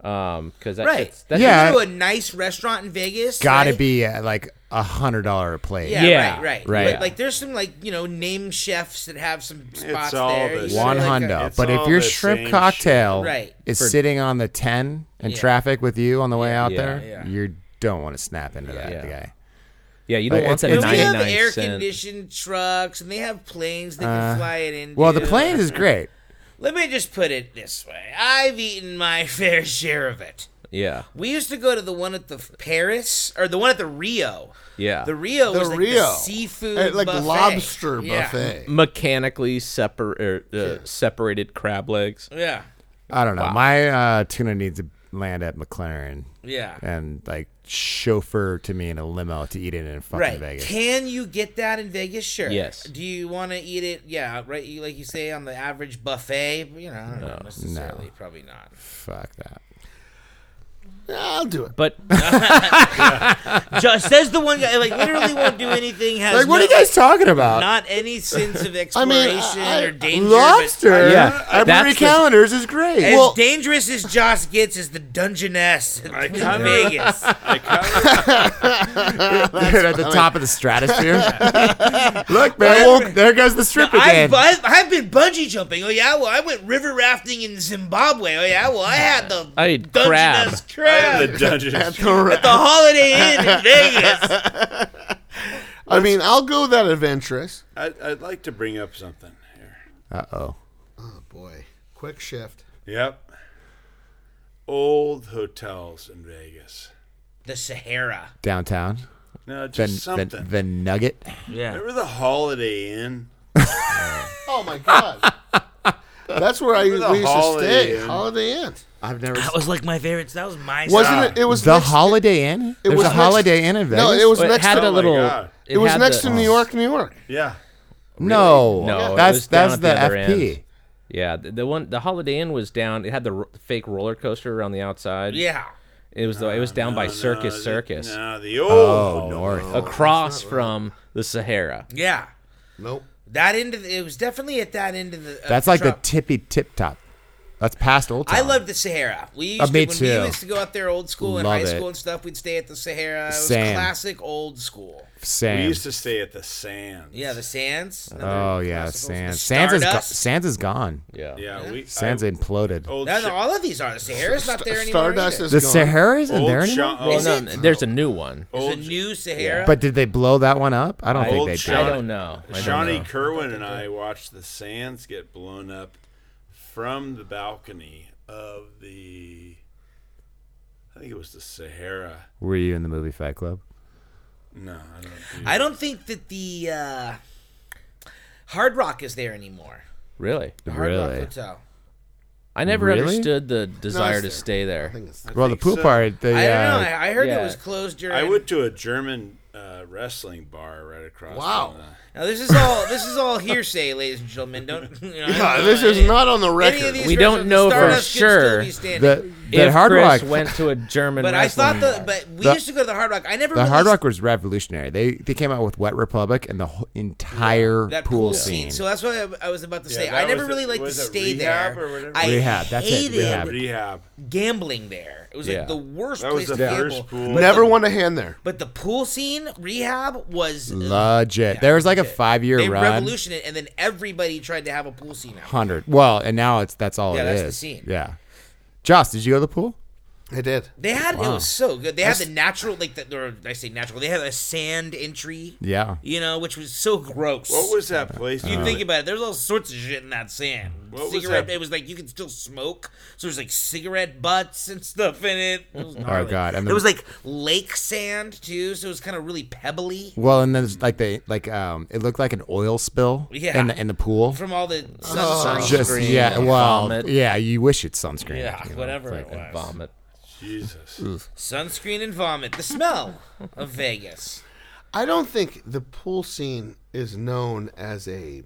S3: um, because that,
S1: Right.
S3: that's, that's
S4: Yeah.
S1: You go to a nice restaurant in Vegas.
S4: gotta
S1: right?
S4: be uh, like a hundred dollar plate.
S1: Yeah,
S3: Yeah,
S1: right, right,
S3: right.
S1: Like, like, there's some like you know name chefs that have some spots
S5: all
S1: there.
S5: the
S1: You
S5: same.
S1: know,
S4: One
S1: like,
S4: hundo.
S1: uh,
S5: It's
S4: but if
S5: all
S4: your
S5: the
S4: shrimp
S5: same
S4: cocktail
S1: shit. Right.
S4: is
S3: For-
S4: sitting on the ten in
S1: Yeah.
S4: traffic with you on the way out
S3: Yeah,
S4: there,
S1: yeah.
S4: you don't want to snap into that
S3: Yeah.
S4: guy.
S3: Yeah, you don't
S4: Like,
S3: want that
S1: You
S4: it's- But
S1: know, we have
S3: 99
S1: air
S3: cent.
S1: conditioned trucks, and they have planes that can fly it in.
S4: Well, the plane is great.
S1: Let me just put it this way: I've eaten my fair share of it.
S3: Yeah,
S1: We used to go to the one at the Paris or the one at the Rio.
S3: yeah.
S1: The Rio
S2: The
S1: was like
S2: Rio.
S1: the seafood
S2: Uh, like
S1: buffet.
S2: lobster
S1: Yeah.
S2: buffet.
S3: Mm. mechanically separ- er, uh, separated crab legs.
S1: Yeah,
S4: I don't know. My uh, tuna needs to land at McLaren
S1: yeah.
S4: and like chauffeur to me in a limo to eat it in fucking
S1: Right.
S4: Vegas.
S1: Can you get that in Vegas? Sure.
S3: Yes.
S1: Do you want to eat it? Yeah. Right. You, like you say on the average buffet. You know, I don't know necessarily. Probably not.
S4: Fuck that.
S2: I'll do it.
S3: But
S1: Just says the one guy. Like literally won't do anything. Has
S4: Like, what are
S1: no-
S4: you guys talking about?
S1: Not any sins of
S2: I mean,
S1: exploration
S2: I-
S1: or danger. but-
S4: lobster.
S3: Yeah,
S4: I,
S3: that's
S4: Marie
S3: the-
S4: Callender's is great.
S1: As
S4: well,
S1: dangerous as Josh gets is the Dungeness in
S5: kinda-
S1: Vegas.
S5: I kinda-
S4: at the top of the stratosphere. Look, man, well, there goes the strip
S1: I've,
S4: again.
S1: bu- I've been bungee jumping. Oh yeah, well I went river rafting in Zimbabwe. Oh yeah, well I had the
S3: I had
S1: Dungeness crab,
S5: the dungeon.
S1: at the Holiday Inn in Vegas.
S2: I mean, I'll go that adventurous.
S5: I'd, I'd like to bring up something here.
S4: Uh oh.
S2: Oh boy, quick shift.
S5: Yep. Old hotels in Vegas.
S1: The Sahara.
S4: Downtown.
S5: No, just
S4: The,
S5: something.
S4: the, the Nugget.
S1: Yeah.
S5: Remember the Holiday Inn?
S2: Oh my god, that's where I we
S5: Remember the
S2: used to
S5: Holiday
S2: stay.
S5: Inn?
S2: Holiday Inn.
S4: I've never.
S1: That was like my favorite. That was my.
S2: Wasn't it? It was
S4: the
S2: next-
S4: Holiday Inn. There's
S2: was
S4: a
S2: next-
S4: Holiday Inn in Vegas.
S2: No, it was
S3: Well, it
S2: next.
S3: had
S2: to, oh
S3: a little.
S5: God.
S2: it was
S3: had
S2: next
S3: the-
S2: to New York, New York.
S5: Yeah.
S4: No,
S3: No, it
S4: that's
S3: was down
S4: that's
S3: at
S4: the,
S3: the other
S4: FP.
S3: end. Yeah, the, the one the Holiday Inn was down. It had the ro- fake roller coaster around the outside.
S1: Yeah.
S3: it was the, it was down by Circus
S5: Oh, No, the-
S3: Circus,
S5: No, the old.
S4: Oh,
S5: Oh,
S4: north.
S3: across from the Sahara.
S1: Yeah.
S2: Nope.
S1: That end of the, it was definitely at that end of the. of
S4: That's like the
S1: truck.
S4: tippy tip top. That's past Old Town.
S1: I love the Sahara. We used
S4: Uh,
S1: to,
S4: me
S1: when
S4: too.
S1: we used to go out there old school in
S4: Love
S1: high school
S4: it.
S1: and stuff, we'd stay at the Sahara. It was
S4: Same.
S1: classic old school.
S5: We
S4: Sam.
S5: used to stay at the Sands.
S1: Yeah, the Sands.
S4: oh
S1: another
S4: yeah,
S1: classic old-
S4: Sans.
S1: the
S4: Sans is go-
S1: Stardust.
S4: Sans is gone.
S3: Yeah,
S5: Yeah, we.
S4: Sans
S5: I-
S4: imploded.
S5: Old
S1: No,
S5: Sha-
S1: no, all of these are. The Sahara's not there anymore.
S2: Stardust
S1: either.
S2: is
S4: The
S2: gone.
S4: Sahara isn't
S5: old
S4: there
S5: Sha-
S4: anymore.
S5: old-
S1: Is
S3: Well,
S1: it?
S3: no, there's a new one.
S1: There's a
S5: old-
S1: new Sahara.
S4: But did they blow that one up? I don't think
S5: Old
S4: they
S5: Sha-
S3: I
S4: did.
S3: don't know. I don't
S5: Shawnee
S3: know.
S5: Kerwin and I watched the Sands get blown up from the balcony of the. I think it was the Sahara.
S4: Were you in the movie Fight Club?
S5: No, I don't. Do
S1: I don't think that the uh, Hard Rock is there anymore.
S3: Really?
S1: The Hard Rock
S4: Really?
S1: Hotel.
S3: I never
S4: Really?
S3: understood the desire
S2: it's
S3: to
S2: there.
S3: stay there.
S4: Well, the
S5: think
S4: pool
S5: so.
S4: part. The,
S1: I
S4: uh,
S1: don't know. I, I heard it
S3: yeah.
S1: was closed during.
S5: I went to a German uh, wrestling bar right across.
S2: Wow.
S5: From the,
S1: Now this is all this is all hearsay, ladies and gentlemen. Don't. You know, I don't
S2: Yeah,
S1: know
S2: this is
S1: any-
S2: not on the
S1: any of
S2: record.
S1: these
S3: We don't
S1: restaurants-
S3: know for
S1: Stardust could still
S3: sure
S1: be standing.
S4: the, the
S3: If
S4: Hard
S3: Chris
S4: Rock.
S3: went to a German
S1: but I
S3: wrestling
S1: thought the
S3: bar-
S1: but we
S4: The-
S1: used to go to the Hard Rock. I never
S4: the
S1: really
S4: Hard
S1: s-
S4: Rock was revolutionary. They they came out with Wet Republic and the whole entire
S1: that
S4: pool,
S1: pool
S4: scene.
S1: scene. So that's what I, I was about to say.
S5: that
S1: I never
S5: was
S1: really
S5: it-
S1: liked to
S5: was it
S1: stay
S5: Rehab or
S1: there.
S5: whatever?
S1: I
S4: Rehab, that's it,
S1: hated
S4: Rehab.
S5: Rehab.
S1: gambling there. It was
S3: Yeah.
S1: like the worst
S5: That was
S1: place
S5: the
S1: to
S5: first
S1: gamble.
S5: pool.
S2: Never want a hand there.
S1: But the pool scene rehab was
S4: Legit. There was like a five year
S1: they
S4: run.
S1: revolutioned it, and then everybody tried to have a pool scene. Out.
S4: Hundred. Well, and now it's that's all
S1: Yeah,
S4: it
S1: that's the
S4: is.
S1: scene.
S4: Yeah. Josh, did you go to the pool?
S2: I did.
S1: They had it was so good. They had the natural, like the or I say natural. They had a sand entry.
S4: Yeah.
S1: you know, which was so gross.
S5: What was that place?
S1: You think about it. There's all sorts of shit in that sand.
S5: What was
S1: cigarette.
S5: that?
S1: It was like you could still smoke. So there's like cigarette butts and stuff in it. It was gnarly.
S4: God, I
S1: it
S4: remember-
S1: was like lake sand too. So it was kind of really pebbly
S4: Well, and then there's like the like um, it looked like an oil spill.
S1: Yeah.
S4: In the, in the pool.
S1: from all the sun.
S5: Oh,
S4: Just
S3: Sunscreen,
S4: yeah. Well,
S3: vomit.
S4: yeah. You wish it's sunscreen.
S1: yeah, whatever it was.
S3: and vomit.
S5: Jesus.
S1: Sunscreen and vomit. The smell of Vegas.
S2: I don't think the pool scene is known as a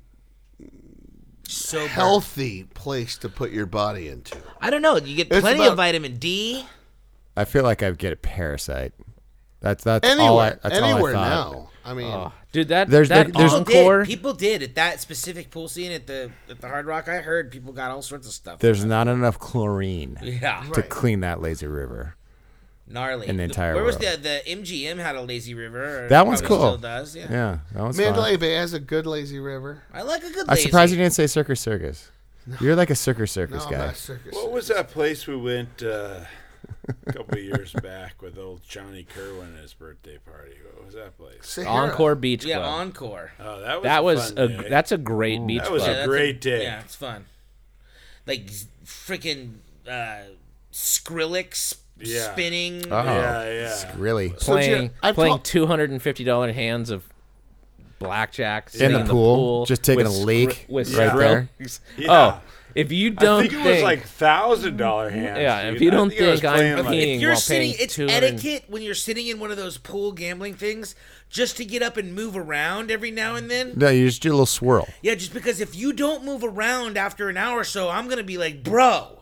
S1: So health.
S2: healthy place to put your body into.
S1: I don't know. You get
S2: It's
S1: plenty
S2: about-
S1: of vitamin D.
S4: I feel like I would get a parasite. That's that's all. I,
S2: Anywhere,
S4: that's
S2: anywhere
S4: all I thought. Oh,
S2: now. I mean,
S3: Dude, that
S4: There's
S3: that
S4: the- there's-
S1: People
S3: encore.
S1: did. Oh, People did at that specific pool scene at the at the Hard Rock. I heard people got all sorts of stuff.
S4: There's not enough chlorine
S1: yeah.
S4: to clean that lazy river.
S1: gnarly.
S4: In the entire
S1: Where was
S4: world.
S1: the the MGM had a lazy river? or
S4: That one's
S1: probably
S4: cool.
S1: Still does. Yeah.
S4: Yeah, that one's fun.
S2: Mandalay Bay has a good lazy river.
S1: I like a good.
S4: I'm
S1: Lazy.
S4: surprised you didn't say Circus Circus. You're like a Circus
S2: No,
S4: Circus
S2: Oh, I'm
S4: guy.
S2: not circus.
S5: What was that place we went uh, a couple of years back with old Johnny Kerwin at his birthday party? What was that place?
S2: Sahara.
S3: Encore Beach
S1: Yeah,
S3: Club.
S1: encore.
S5: Oh, that was
S3: that
S5: a
S3: was
S5: fun
S3: a
S5: day.
S3: that's a great beach
S5: that was
S3: club.
S5: a
S1: Yeah, that's
S5: great day.
S1: Yeah, it's fun. Like z- freaking uh, Skrillex
S5: Yeah.
S1: spinning.
S3: Oh.
S4: Uh, Oh,
S5: yeah, yeah.
S4: Really?
S3: playing
S2: I've
S3: playing
S2: talked-
S3: two hundred and fifty dollar hands of blackjack sitting
S4: the pool, just taking
S3: with
S4: a leak
S3: scr- with
S4: right there.
S3: Skrillex.
S5: Yeah.
S3: Oh, if you
S5: I
S3: don't
S5: think, it was like thousand dollar hands.
S3: Yeah,
S5: dude.
S3: if you
S5: I
S3: don't
S5: I was
S3: think I'm
S5: playing, like,
S3: being-
S1: If you're
S3: while
S1: sitting,
S3: paying
S1: it's
S3: 200
S1: etiquette when you're sitting in one of those pool gambling things just to get up and move around every now and then.
S4: No, you just do a little swirl.
S1: Yeah, just because if you don't move around after an hour or so, I'm going to be like, bro,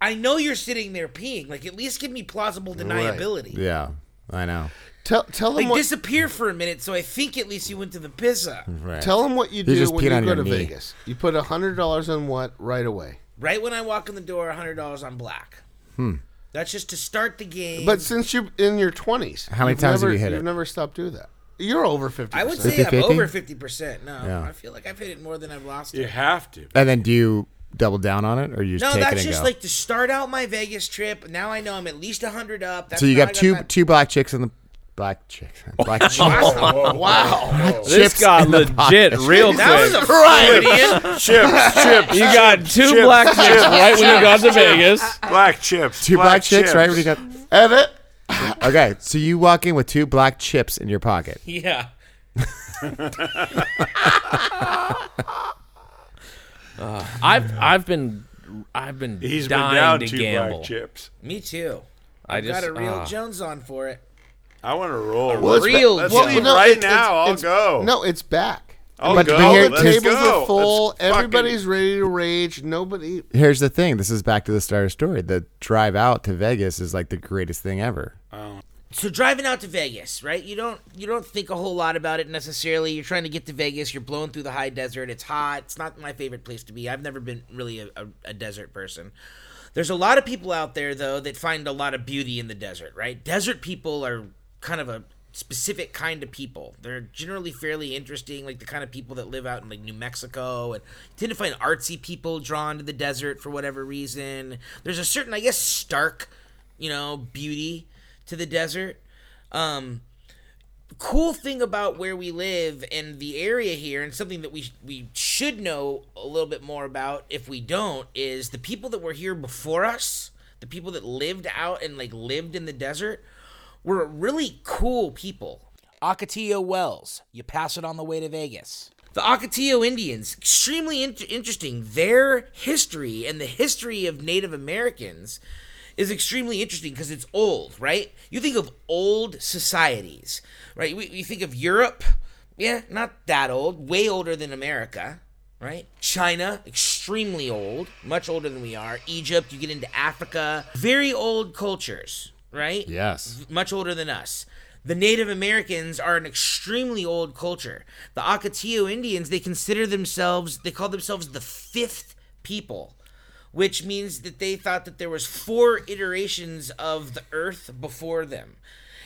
S1: I know you're sitting there peeing. Like, at least give me plausible deniability.
S4: Yeah, I know.
S2: Tell tell them
S1: Like,
S2: what
S1: disappear for a minute, so I think at least you went to the pizza.
S4: Right.
S2: tell them what you do
S4: just
S2: when
S4: peed
S2: you
S4: on
S2: go to
S4: your knee.
S2: Vegas. You put hundred dollars on what right away.
S1: Right when I walk in the door, $100 on black.
S4: Hmm.
S1: That's just to start the game.
S2: But since you're in your twenties,
S4: How many times have you hit
S2: You've
S4: it?
S2: never stopped doing that. You're over fifty.
S1: I would say I'm
S4: 50-50?
S1: over 50%. No,
S4: Yeah.
S1: I feel like I've hit it more than I've lost
S5: You
S1: it.
S5: have to.
S4: and then do you double down on it, or you just
S1: No,
S4: take
S1: that's
S4: it and
S1: just
S4: go?
S1: like to start out my Vegas trip. Now I know I'm at least 100 up. That's
S4: so you
S1: not-
S4: got
S1: I
S4: two
S1: that-
S4: two black chicks in the black chicks. Black chicks.
S5: Wow.
S3: this
S4: chips
S3: got
S4: in the
S3: legit real
S1: That was
S3: quick.
S1: a Freudian.
S5: chips, chips,
S3: You got two black chicks right when you got to Vegas.
S5: black chips.
S4: Two black, chicks, right? Where you got.
S2: edit.
S4: Okay, so you walk in with two black chips in your pocket.
S1: Yeah.
S3: I've I've been I've been
S5: He's been
S3: dying
S5: down
S3: to
S5: two
S3: gamble.
S5: black chips.
S1: Me too.
S3: I just
S1: got a real
S3: ah.
S1: Jones on for it.
S5: I want to roll.
S1: Well, it's Real
S5: Let's
S1: well,
S5: leave
S1: no,
S5: right
S2: it's-
S5: now. I'll
S2: it's-
S5: go.
S2: No, it's back.
S5: I'll
S4: But
S5: go.
S4: bring
S2: All
S4: Here,
S2: the
S5: Let's
S2: tables
S5: go.
S2: are full.
S5: Let's fucking-
S2: Everybody's ready to rage. Nobody.
S4: Here's the thing. This is back to the start of the story. The drive out to Vegas is like the greatest thing ever.
S1: So driving out to Vegas, right? You don't you don't think a whole lot about it necessarily. You're trying to get to Vegas. You're blowing through the high desert. It's hot. It's not my favorite place to be. I've never been really a, a, a desert person. There's a lot of people out there though that find a lot of beauty in the desert, right? Desert people are kind of a specific kind of people. They're generally fairly interesting, like the kind of people that live out in like New Mexico and tend to find artsy people drawn to the desert for whatever reason. There's a certain, I guess, stark, you know, beauty to the desert. Um, cool thing about where we live and the area here, and something that we we should know a little bit more about if we don't, is the people that were here before us, the people that lived out and like lived in the desert, were really cool people. Ocotillo Wells, you pass it on the way to Vegas. The Ocotillo Indians, extremely in- interesting. Their history and the history of Native Americans is extremely interesting because it's old, right? You think of old societies, right? We, we think of Europe, yeah, not that old, way older than America, right? China, extremely old, much older than we are. Egypt, you get into Africa, very old cultures, right?
S4: Yes.
S1: much older than us. The Native Americans are an extremely old culture. The Ocotillo Indians, they consider themselves, they call themselves the fifth people, which means that they thought that there was four iterations of the earth before them.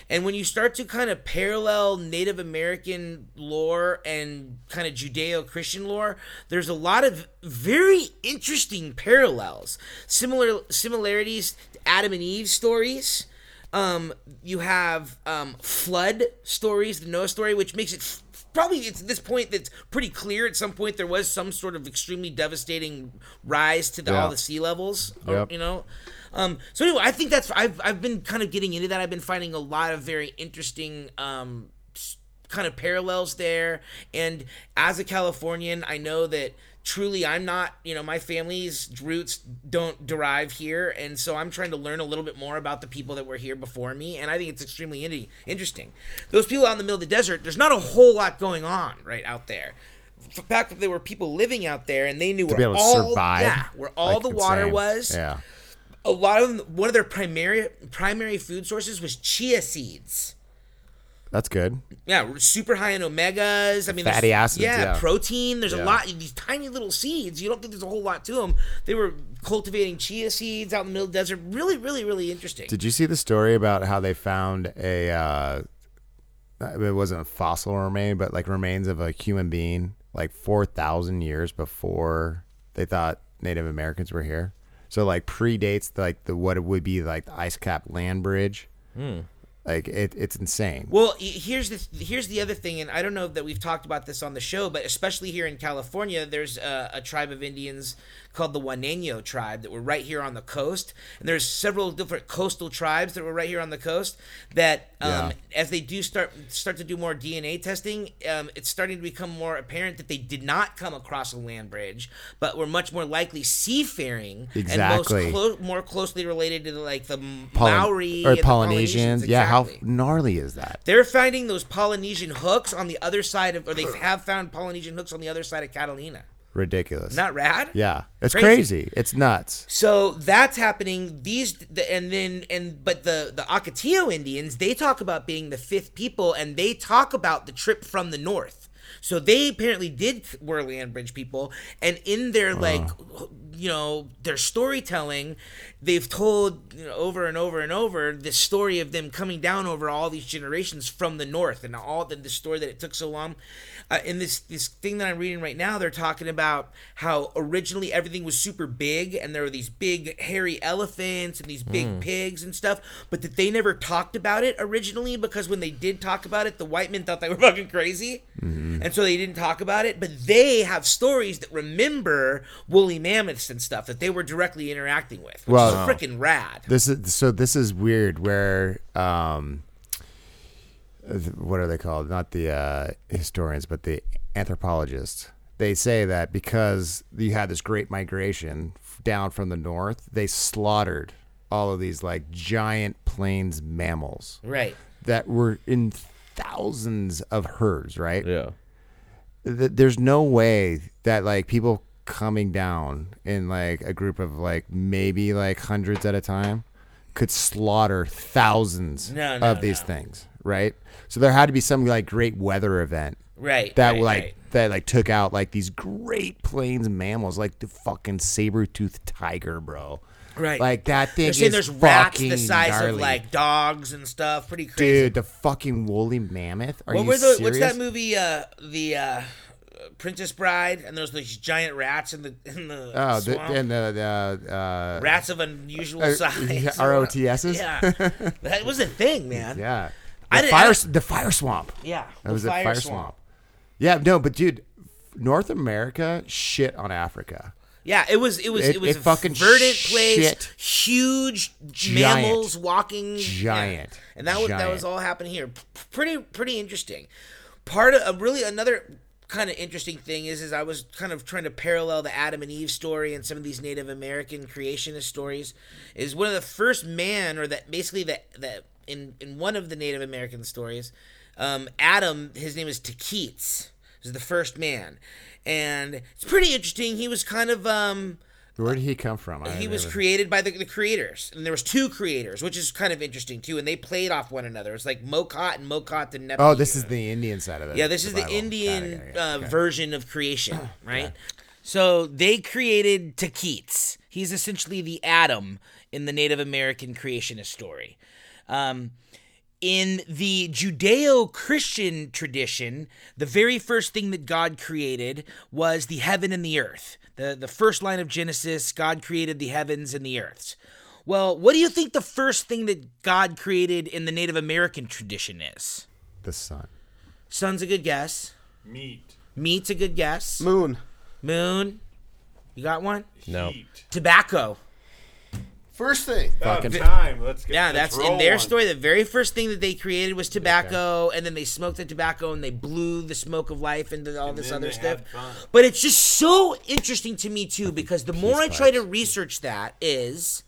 S1: And when you start to kind of parallel Native American lore and kind of Judeo Christian lore, there's a lot of very interesting parallels, similar similarities to Adam and Eve stories. Um, you have um, flood stories, the Noah story, which makes it f- probably it's at this point that's pretty clear. At some point, there was some sort of extremely devastating rise to the, all
S4: Yeah.
S1: the sea levels. or,
S4: Yep.
S1: Oh, you know, um, so anyway, I think that's I've I've been kind of getting into that. I've been finding a lot of very interesting um, s- kind of parallels there. And as a Californian, I know that truly I'm not, you know, my family's roots don't derive here. And so I'm trying to learn a little bit more about the people that were here before me. And I think it's extremely in- interesting. Those people out in the middle of the desert, there's not a whole lot going on right out there. The fact that there were people living out there and they knew
S4: Be
S1: where
S4: able to
S1: all,
S4: survive.
S1: yeah, where all
S4: like,
S1: the water
S4: insane.
S1: was
S4: Yeah.
S1: a lot of them, one of their primary primary food sources was chia seeds.
S4: That's good.
S1: Yeah, super high in omegas. I mean,
S4: Fatty
S1: there's-
S4: acids, yeah.
S1: protein. There's a
S4: Yeah.
S1: lot. These tiny little seeds. You don't think there's a whole lot to them. They were cultivating chia seeds out in the middle of the desert. Really, really, really interesting.
S4: Did you see the story about how they found a? Uh, it wasn't a fossil remain, but like remains of a human being, like four thousand years before they thought Native Americans were here. So like predates like the what it would be like the ice cap land bridge. Like it, it's insane.
S1: Hmm. Well, y- here's the here's the other thing, and I don't know that we've talked about this on the show, but especially here in California, there's a, a tribe of Indians called the Waneno tribe that were right here on the coast, and there's several different coastal tribes that were right here on the coast. That um, as they do start start to do more DNA testing, um, it's starting to become more apparent that they did not come across a land bridge, but were much more likely seafaring
S4: Exactly.
S1: and most clo- more closely related to like the
S4: Poly-
S1: Maori
S4: or
S1: and the
S4: Polynesians. Yeah, how
S1: exactly.
S4: gnarly is that?
S1: They're finding those Polynesian hooks on the other side of, or they have found Polynesian hooks on the other side of Catalina.
S4: Ridiculous.
S1: Not rad.
S4: yeah, it's
S1: Crazy.
S4: crazy. It's nuts.
S1: So that's happening. These the, and then and but the the Ocotillo Indians they talk about being the fifth people, and they talk about the trip from the north. So they apparently did were land bridge people, and in their like you know their storytelling, they've told you know, over and over and over this story of them coming down over all these generations from the north, and all the, the story that it took so long. Uh, in this this thing that I'm reading right now, they're talking about how originally everything was super big, and there were these big hairy elephants and these big
S4: Mm.
S1: pigs and stuff, but that they never talked about it originally because when they did talk about it, the white men thought they were fucking crazy,
S4: Mm-hmm.
S1: and so they didn't talk about it. But they have stories that remember woolly mammoths and stuff that they were directly interacting with, which is
S4: Wow.
S1: freaking rad.
S4: This is so. This is weird. Where um, th- what are they called? Not the uh, historians, but the anthropologists. They say that because you had this great migration f- down from the north, they slaughtered all of these like giant plains mammals
S1: Right.
S4: that were in thousands of herds. Right?
S3: Yeah.
S4: th- there's no way that like people coming down in like a group of like maybe like hundreds at a time could slaughter thousands
S1: No, no,
S4: of these things, right? So there had to be some like great weather event
S1: Right.
S4: that
S1: right,
S4: like
S1: right.
S4: that like took out like these great plains mammals like the fucking saber-toothed tiger, bro.
S1: Right.
S4: Like that thing
S1: They're saying
S4: is
S1: there's rats the
S4: fucking
S1: size of
S4: gnarly.
S1: like dogs and stuff. Pretty crazy.
S4: dude, the fucking woolly mammoth. Are
S1: what
S4: you
S1: were the,
S4: serious?
S1: what's that movie? Uh, the uh, Princess Bride, and there's these giant rats in the in the
S4: Oh, the,
S1: swamp.
S4: and the, the uh,
S1: rats of unusual
S4: Uh, yeah,
S1: size.
S4: ROTSs?
S1: Yeah, that was a thing, man. Yeah,
S4: Yeah.
S1: I
S4: The
S1: didn't-
S4: fire,
S1: I-
S4: s- the fire swamp.
S1: the
S4: That was at Fire Swamp. Yeah, no, but dude, North America shit on Africa.
S1: Yeah, it was it was it,
S4: It-
S1: was
S4: it
S1: a
S4: fucking
S1: verdant
S4: shit.
S1: place, huge
S4: Giant.
S1: mammals walking, yeah.
S4: Giant.
S1: and that was that was
S4: Giant.
S1: all happening here. P- Pretty pretty interesting. Part of a really another kind of interesting thing is is I was kind of trying to parallel the Adam and Eve story and some of these Native American creationist stories. Is one of the first man or that basically that that in in one of the Native American stories, um, Adam his name is Tekeets. Is the first man, and it's pretty interesting. He was kind of um,
S4: Where did he come from? I
S1: he
S4: don't
S1: was
S4: even-
S1: created by the, the creators and there was two creators which is kind of interesting too and they played off one another it's like mokot and mokot and nephi
S4: Oh, this is the Indian side of it.
S1: yeah this is the
S4: Bible.
S1: indian
S4: Got it, got it,
S1: uh, version of creation right so they created Takeets. he's essentially the adam in the native american creationist story um, in the Judeo Christian tradition, the very first thing that God created was the heaven and the earth. The, the first line of Genesis, God created the heavens and the earths. Well, what do you think the first thing that God created in the Native American tradition is?
S4: The sun.
S1: Sun's a good guess.
S5: Meat.
S1: Meat's a good guess.
S2: Moon.
S1: Moon, you got one?
S4: Oh,
S3: No.
S5: Heat.
S1: Tobacco.
S2: First thing.
S5: About time. Let's get.
S1: Yeah,
S5: let's
S1: that's in
S5: roll
S1: their
S5: one.
S1: story. The very first thing that they created was tobacco, and then they smoked the tobacco and they blew the smoke of life into all this
S5: then
S1: other
S5: they
S1: stuff.
S5: had fun.
S1: But it's just so interesting to me too because the more I try to research that is.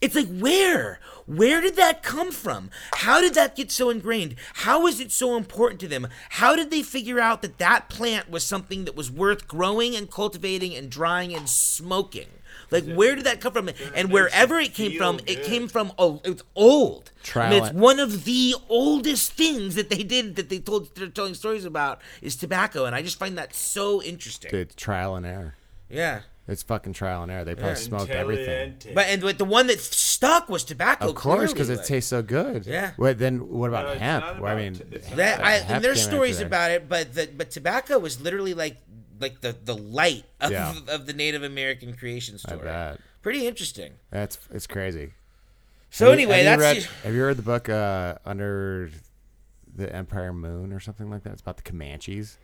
S1: It's like where? Where did that come from? How did that get so ingrained? How is it so important to them? How did they figure out that that plant was something that was worth growing and cultivating and drying and smoking? Like, where did that come from? And wherever it came
S5: feel
S1: from, it
S5: good.
S1: came from. Oh, it's old. I
S4: Trial
S1: mean, it's
S4: and-
S1: one of the oldest things that they did that they told they're telling stories about is tobacco, and I just find that so interesting.
S4: Dude, trial and error.
S1: Yeah.
S4: It's fucking trial and error. They probably smoked everything.
S5: Intelligente.
S1: But and but the one that stuck was tobacco.
S4: Of course, because
S1: Oh, clearly,
S4: it
S1: like.
S4: tastes so good.
S1: Yeah.
S4: Wait, then what about
S5: No, it's
S4: hemp?
S5: not
S4: Well, I
S5: about-
S4: mean,
S5: it's not-
S1: That I
S4: Half
S1: and there's
S4: came after
S1: stories
S4: that.
S1: about it, but the but tobacco was literally like like the the light of,
S4: Yeah.
S1: of the Native American creation story.
S4: bet.
S1: Pretty interesting.
S4: that's it's crazy.
S1: So anyway,
S4: have you
S1: that's
S4: read, have you read the book uh, Under the Empire Moon or something like that? It's about the Comanches.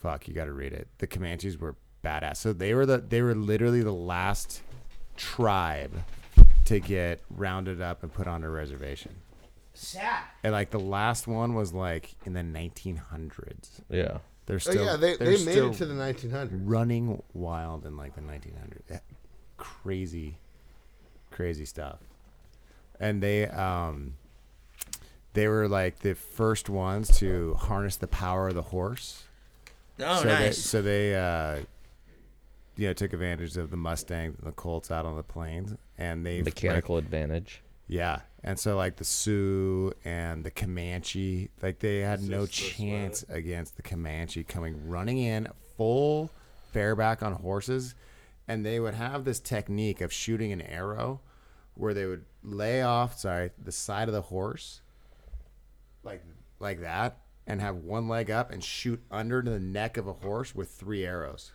S4: Fuck, you got to read it. The Comanches were badass. So they were the they were literally the last tribe to get rounded up and put on a reservation.
S1: sad.
S4: And like the last one was like in the 1900s.
S3: Yeah.
S4: They're
S2: Oh,
S4: still
S2: yeah, they,
S4: they're
S2: they made
S4: still
S2: it to the 1900s.
S4: running wild in like the 1900s. Yeah. Crazy, crazy stuff. And they um, they were like the first ones to harness the power of the horse.
S1: Oh,
S4: so they,
S1: nice.
S4: so they uh, you know took advantage of the Mustangs and the Colts out on the plains, and they
S3: Mechanical advantage.
S4: yeah. And so like the Sioux and the Comanche, like they had no
S5: just this
S4: chance against the Comanche coming running in full bareback on horses. And they would have this technique of shooting an arrow where they would lay off, sorry, the side of the horse like like that and have one leg up and shoot under the neck of a horse with three arrows.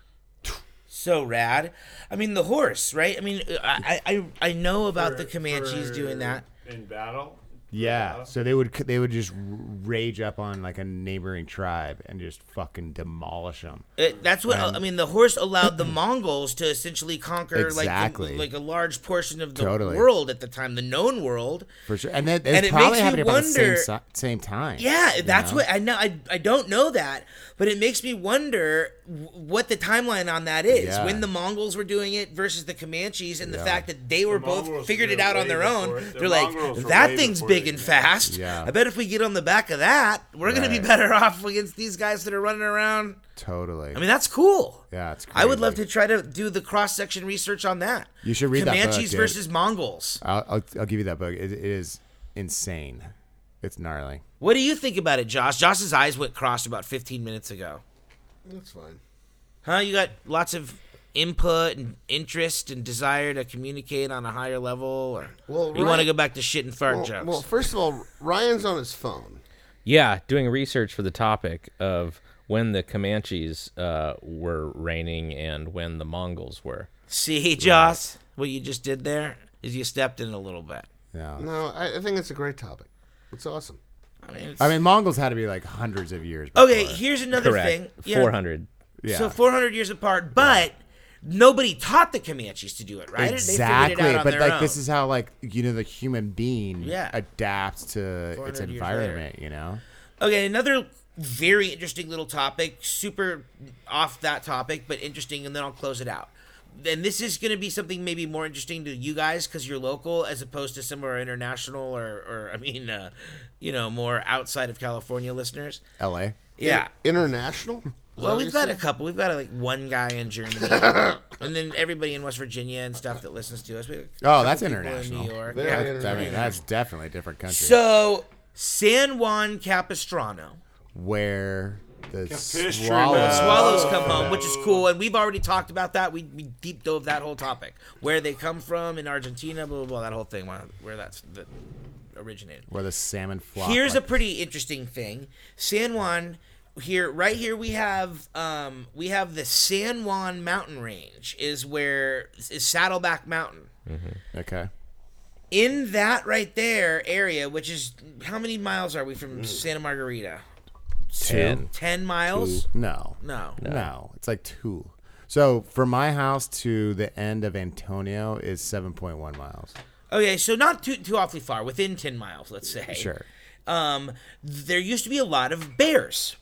S1: so rad. I mean, the horse, right? I mean, I I, I know about the Comanches doing that.
S5: in battle.
S4: Yeah, so they would they would just r- rage up on like a neighboring tribe and just fucking demolish them.
S1: It, Uh, that's what I mean. The horse allowed the Mongols to essentially conquer
S4: Exactly.
S1: like the, like a large portion of the
S4: Totally.
S1: world at the time, the known world.
S4: For sure, and that
S1: And
S4: it's
S1: it makes
S4: probably
S1: you
S4: happening about the same,
S1: wonder-
S4: si- same time.
S1: Yeah,
S4: you
S1: that's
S4: know?
S1: what I know. I, I don't know that, but it makes me wonder w- what the timeline on that is.
S4: Yeah.
S1: When the Mongols were doing it versus the Comanches, and the
S4: Yeah.
S1: fact that they were both
S5: Mongols
S1: figured
S5: were
S1: it out on
S5: way
S1: their own.
S5: before it. The
S1: They're like,
S5: Mongols were
S1: that
S5: way
S1: thing's
S5: before
S1: big
S5: they
S1: and
S5: did that."
S1: fast.
S4: Yeah.
S1: I bet if we get on the back of that, we're gonna be
S4: Right.
S1: better off against these guys that are running around.
S4: Totally.
S1: I mean, that's cool.
S4: yeah, it's. Crazy.
S1: I would love to try to do the cross section research on that.
S4: You should read that book,
S1: Comanches
S4: dude.
S1: versus Mongols.
S4: I'll, I'll I'll give you that book. It, it is insane. It's gnarly.
S1: What do you think about it, Josh? Josh's eyes went crossed about 15 minutes ago.
S2: That's fine.
S1: Huh? You got lots of input and interest and desire to communicate on a higher level, or
S2: Well,
S1: you want to
S2: right.
S1: go back to shit and fart
S2: Well,
S1: jokes?
S2: well, first of all, Ryan's on his phone.
S3: Yeah, doing research for the topic of when the Comanches uh, were reigning and when the Mongols were.
S1: See, Josh, what you just did there is you stepped in a little bit.
S4: Yeah.
S2: No, I, I think it's a great topic. It's awesome.
S1: I mean, it's-
S4: I mean, Mongols had to be like hundreds of years. Before.
S1: okay, here's another thing.
S3: Correct.
S1: Yeah,
S3: Four hundred.
S4: Yeah.
S1: So 400 years apart, but nobody taught the Comanches to do it, right? They figured it out
S4: Exactly,
S1: on
S4: but
S1: their
S4: like
S1: own.
S4: this is how like you know the human being
S1: Yeah.
S4: adapts to
S1: 400
S4: its
S1: years later.
S4: environment. You know,
S1: Okay, another very interesting little topic, super off that topic, but interesting, and then I'll close it out. And this is going to be something maybe more interesting to you guys because you're local as opposed to some of our international or, or I mean, uh, you know, more outside of California listeners.
S4: L.A.
S1: Yeah.
S2: International? Is that
S1: Well,
S2: what
S1: we've
S2: you
S1: got a
S2: said?
S1: couple. We've got like one guy in Germany, and then everybody in West Virginia and stuff that listens to us. We have a
S4: Oh,
S1: couple
S4: that's
S1: people in
S4: international.
S1: New York.
S2: Very
S1: Yeah.
S4: That's, I mean, that's definitely a different country.
S1: So San Juan Capistrano.
S4: where the
S5: Capistrano.
S4: swallows,
S1: Swallows come home, which is cool, and we've already talked about that. We, we deep dove that whole topic, where they come from in Argentina, blah blah blah, that whole thing, where where that's that originated.
S4: where the salmon flock.
S1: Here's
S4: like,
S1: a pretty interesting thing. San Juan here right here we have um we have the San Juan mountain range is where is Saddleback Mountain.
S4: okay.
S1: In that right there area, which is how many miles are we from Santa Margarita?
S4: Ten.
S1: 10 miles?
S4: No,
S1: No.
S4: no, it's like two. So from my house to the end of Antonio is seven point one miles.
S1: Okay, so not too too awfully far, within 10 miles, let's say.
S4: Sure.
S1: um, there used to be a lot of bears.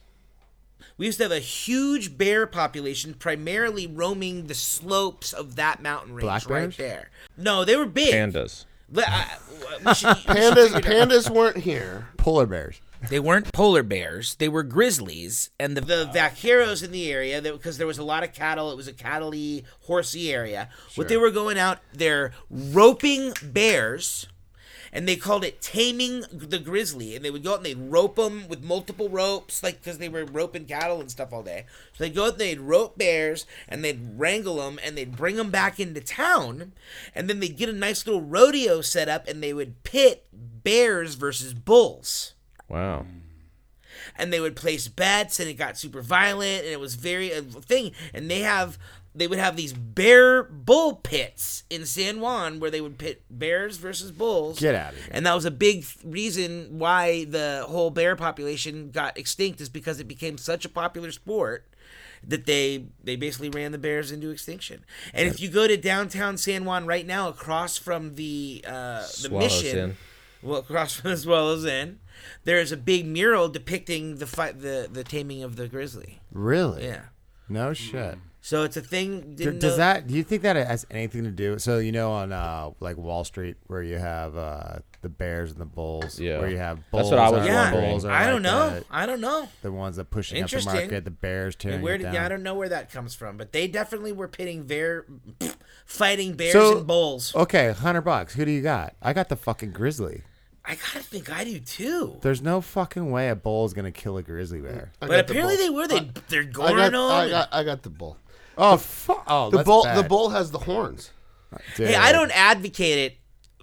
S1: We used to have a huge bear population, primarily roaming the slopes of that mountain range
S4: Black
S1: right
S4: bears?
S1: there. No, they were big.
S3: Pandas.
S1: Le- I- I- we should- we should
S2: Pandas,
S1: figure it out.
S2: pandas weren't here.
S4: Polar bears.
S1: They weren't polar bears. They were grizzlies, and the, the vaqueros in the area that because there was a lot of cattle. It was a cattle-y, horsey area. What they were going out there roping bears, and they called it taming the grizzly. And they would go out and they'd rope them with multiple ropes, like because they were roping cattle and stuff all day. So they'd go out and they'd rope bears and they'd wrangle them and they'd bring them back into town, and then they'd get a nice little rodeo set up and they would pit bears versus bulls
S3: Wow.
S1: and they would place bets and it got super violent and it was very a thing and they have they would have these bear bull pits in San Juan where they would pit bears versus bulls.
S4: Get outta here.
S1: And that was a big reason why the whole bear population got extinct is because it became such a popular sport that they they basically ran the bears into extinction. And if you go to downtown San Juan right now across from the uh the
S3: Swallows
S1: mission
S3: Inn.
S1: well, across from as well as in, there is a big mural depicting the fight, the the taming of the grizzly.
S4: Really?
S1: Yeah,
S4: No shit.
S1: so it's a thing.
S4: D-
S1: didn't
S4: does
S1: know-
S4: that? Do you think that it has anything to do? So you know, on uh, like Wall Street, where you have uh, the bears and the bulls,
S3: Yeah.
S4: where you have bulls.
S3: That's what I
S4: are-
S3: was
S1: Yeah,
S3: wondering.
S4: Bulls are
S1: I don't
S4: like
S1: know.
S4: The,
S1: I don't know.
S4: the ones that pushing up the
S1: Interesting.
S4: market, the bears tearing
S1: And where
S4: it
S1: did
S4: down.
S1: yeah, I don't know where that comes from, but they definitely were pitting bear, fighting bears
S4: So- oh.
S1: and bulls.
S4: Okay, hundred bucks. Who do you got? I got the fucking grizzly.
S1: I gotta think I do too.
S4: There's no fucking way a bull is gonna kill a grizzly bear.
S1: But
S2: I got the
S1: apparently
S2: bull.
S1: they were. They they're
S2: I
S1: going
S2: got, I
S1: on.
S2: got I got the bull.
S4: Oh fuck! Oh,
S2: The
S4: that's
S2: bull the
S4: bad.
S2: bull has the horns.
S4: Dude.
S1: hey, I don't advocate it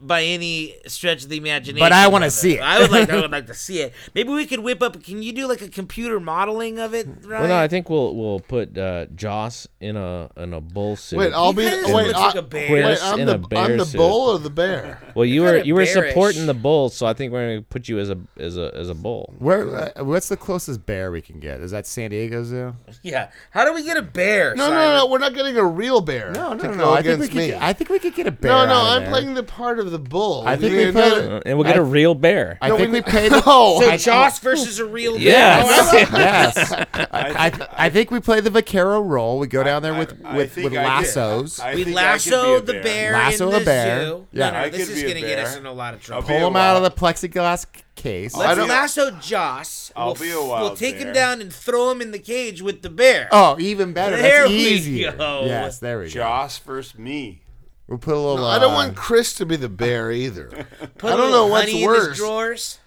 S1: by any stretch of the imagination.
S4: But I wanna
S1: of
S4: see it.
S1: I would like. I would like to see it. Maybe we could whip up. Can you do like a computer modeling of it? Ryan?
S3: Well, no, I think we'll we'll put uh, Joss in a in a bull suit.
S2: Wait, I'll be
S1: kinda just
S2: wait.
S1: looks
S2: I,
S1: like a bear.
S2: wait, I'm
S3: In
S2: the
S3: a bear
S2: I'm the
S3: suit.
S2: bull or the bear?
S3: well, you were
S1: kinda
S3: you were
S1: bearish.
S3: supporting the bull, so I think we're gonna put you as a as a as a bull.
S4: Where? Uh, what's the closest bear we can get? Is that San Diego Zoo?
S1: Yeah. How do we get a bear?
S2: No, no, no. We're not getting a real bear.
S4: No, no,
S2: to
S4: no.
S2: go
S4: I think we
S2: against
S4: could.
S2: me.
S4: Get, I think we could get a bear.
S2: no, no.
S4: out of
S2: I'm
S4: there.
S2: playing the part of the bull.
S4: I think
S2: You
S4: we
S2: know,
S4: played-
S3: Uh, and we'll get a real bear.
S4: I think we paid.
S2: No.
S1: So Joss versus a real
S3: Yes.
S2: Oh,
S1: bear.
S4: yes. I, I, I think we play the vaquero role. We go down there with
S5: I
S4: with,
S5: think
S4: with
S5: I did.
S4: lassos,
S5: I
S1: We
S5: think I could be
S1: lasso
S5: a
S1: the bear
S4: Lasso
S1: in
S4: a
S1: the
S4: bear.
S1: zoo.
S4: Yeah.
S1: no, no,
S5: I
S1: this
S5: could
S1: is
S5: be a
S1: going to get us
S5: bear.
S1: in a lot of
S5: I'll
S1: trouble.
S5: be
S4: pull
S5: a
S4: him out of
S5: wild-
S4: the plexiglass case.
S5: I
S1: Let's
S5: don't-
S1: lasso Joss.
S5: I'll
S1: we'll,
S5: be a
S1: we'll
S5: wild
S1: take him
S5: bear.
S1: down and throw him in the cage with the bear.
S4: Oh, even better.
S1: There
S4: That's
S1: we
S4: easier.
S1: go.
S4: Yes, there we go.
S5: Joss versus me.
S4: We'll put a little.
S2: I don't
S4: uh,
S2: want Chris to be the bear either.
S1: Put
S2: I
S1: a
S2: don't
S1: little
S2: know what's
S1: honey In
S2: worse.
S1: his drawers.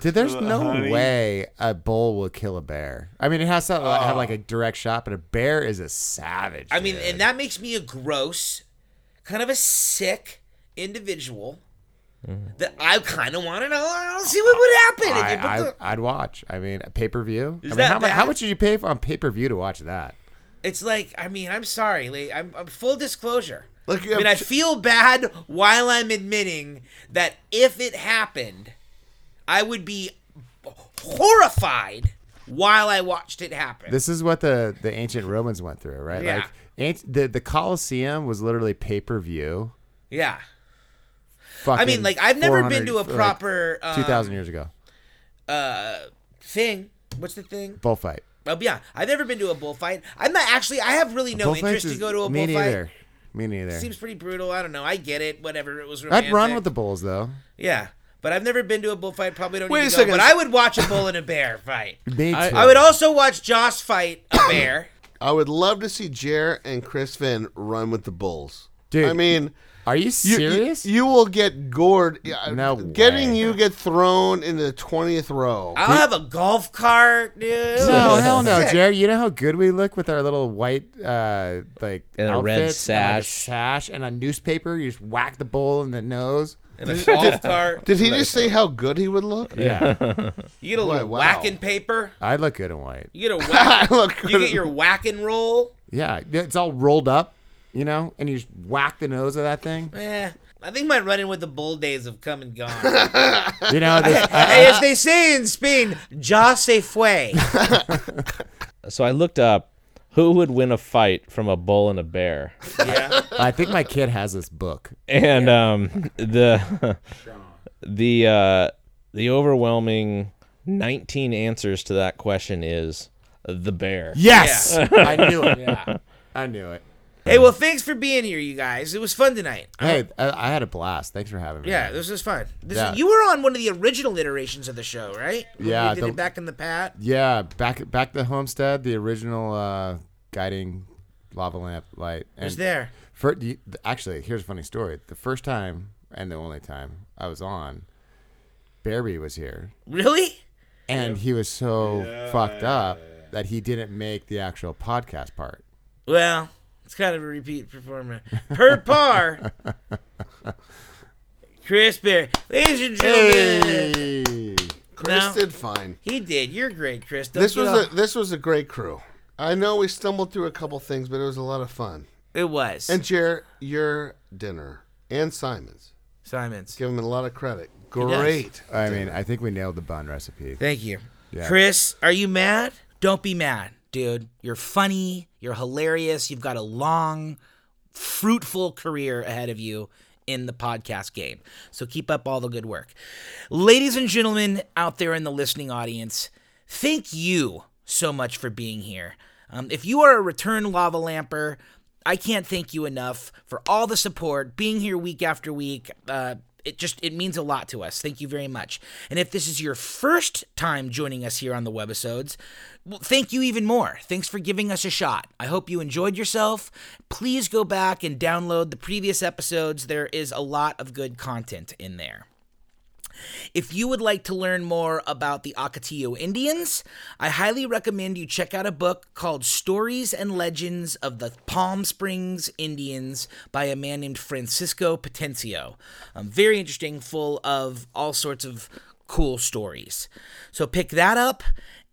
S4: Dude, there's
S1: uh,
S4: no
S5: honey.
S4: way a bull will kill a bear. I mean, it has to like, have like a direct shot, but a bear is a savage.
S1: Oh. I mean,
S4: dude.
S1: and that makes me a gross, kind of a sick individual. That I kind of want to know. I don't see what would happen. if you put
S4: Mm-hmm. I,
S1: the-
S4: I, I'd watch. I mean, pay per view. I mean,
S1: that
S4: how, mu- how
S1: bad?
S4: much did you pay for, on pay per view to watch that?
S1: It's like I mean I'm sorry, like, I'm, I'm full disclosure.
S2: Look, you
S1: I mean I
S2: have-
S1: feel bad while I'm admitting that if it happened, I would be horrified while I watched it happen.
S4: This is what the the ancient Romans went through, right?
S1: Yeah.
S4: Like anc- the the Colosseum was literally pay per view.
S1: yeah, I mean like I've never been to a proper
S4: two
S1: uh,
S4: thousand years ago
S1: thing. What's the thing?
S4: bullfight.
S1: Oh yeah, I've never been to a bullfight. I'm not actually. I have really no
S4: Bullfights
S1: interest to
S4: is-
S1: go to a
S4: me
S1: bullfight.
S4: Neither. Me neither.
S1: Seems pretty brutal. I don't know. I get it. Whatever. It was
S4: I'd
S1: romantic.
S4: run with the bulls though.
S1: yeah. But I've never been to a bullfight. Probably don't.
S2: Wait
S1: need
S2: a
S1: to
S2: second.
S1: Go, but I would watch a bull and a bear fight.
S4: Me too.
S3: I-
S1: I would also watch Joss fight a bear.
S2: I would love to see Jer and Chris Finn run with the bulls.
S4: Dude,
S2: I mean,
S4: Are you
S2: you, you-
S4: serious?
S2: You, will get gored. Yeah, uh,
S4: No
S2: getting
S4: way.
S2: you get thrown in the twentieth row.
S1: I'll have a golf cart, dude.
S4: no, Oh, hell no,
S1: Sick.
S4: Jerry. You know how good we look with our little white, uh, like
S3: And a red
S4: outfits and, like, a
S3: sash.
S4: sash, and a newspaper. You just whack the bull in the nose.
S1: And a golf cart.
S2: Did he just say how good he would look?
S4: Yeah,
S1: You get a little
S2: wow.
S1: whacking paper.
S4: I'd look good in white.
S1: You get a
S2: I
S1: whack.
S2: look
S1: you
S2: good.
S1: get your whacking roll.
S4: Yeah, it's all rolled up, you know, and you just whack the nose of that thing.
S1: Eh, I think my running with the bull days have come and gone.
S4: You know, this,
S1: Hey, As they say in Spain, ya se fue.
S3: So I looked up who would win a fight from a bull and a bear,
S1: Yeah.
S4: I think my kid has this book.
S3: and um, the the uh, the overwhelming nineteen answers to that question is the bear.
S4: Yes, I knew it. Yeah, I knew it.
S1: Hey, well, thanks for being here, you guys. It was fun tonight.
S4: Hey, I, I had a blast. Thanks for having me.
S1: Yeah,
S4: man.
S1: this was fun. This
S4: Yeah.
S1: you were on one of the original iterations of the show, right? When
S4: Yeah,
S1: we did
S4: the-
S1: it back in the pat.
S4: yeah. Back back to Homestead, the original uh, guiding lava lamp light. And
S1: Was there?
S4: fir- you- actually, here's a funny story. The first time and the only time I was on, Bearby was here,
S1: Really?
S4: and he was so fucked up that he didn't make the actual podcast part.
S1: Well, it's kind of a repeat performer. Per par. Chris Berry. Ladies and gentlemen.
S4: Hey.
S1: No.
S2: Chris did fine.
S1: He did. You're great, Chris. Don't
S2: This
S1: get
S2: was
S1: all-
S2: a this was a great crew. I know we stumbled through a couple things, but it was a lot of fun.
S1: It was.
S2: And Jer, your dinner and Simon's.
S1: Simons.
S2: Give him a lot of credit.
S1: does.
S2: Great.
S4: I mean, I think we nailed the bun recipe.
S1: Thank you.
S4: Yeah.
S1: Chris, are you mad? Don't be mad, dude. You're funny. You're hilarious. You've got a long, fruitful career ahead of you in the podcast game. So keep up all the good work. Ladies and gentlemen out there in the listening audience, thank you so much for being here. Um, if you are a return lava lamper, I can't thank you enough for all the support, being here week after week. Uh, it just it means a lot to us. Thank you very much. And if this is your first time joining us here on the webisodes, well, thank you even more. Thanks for giving us a shot. I hope you enjoyed yourself. Please go back and download the previous episodes. There is a lot of good content in there. If you would like to learn more about the Ocotillo Indians, I highly recommend you check out a book called Stories and Legends of the Palm Springs Indians by a man named Francisco Potencio. Um, very interesting, full of all sorts of cool stories. So pick that up.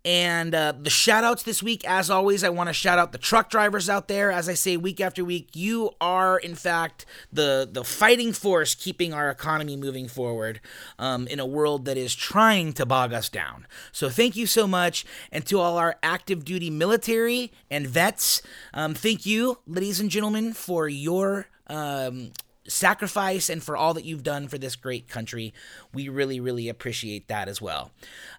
S1: And uh, the shout outs this week, as always, I want to shout out the truck drivers out there. As I say week after week, you are, in fact, the, the fighting force keeping our economy moving forward um, in a world that is trying to bog us down. So thank you so much. And to all our active duty military and vets, um, thank you, ladies and gentlemen, for your. Um, sacrifice and for all that you've done for this great country. We really, really appreciate that as well.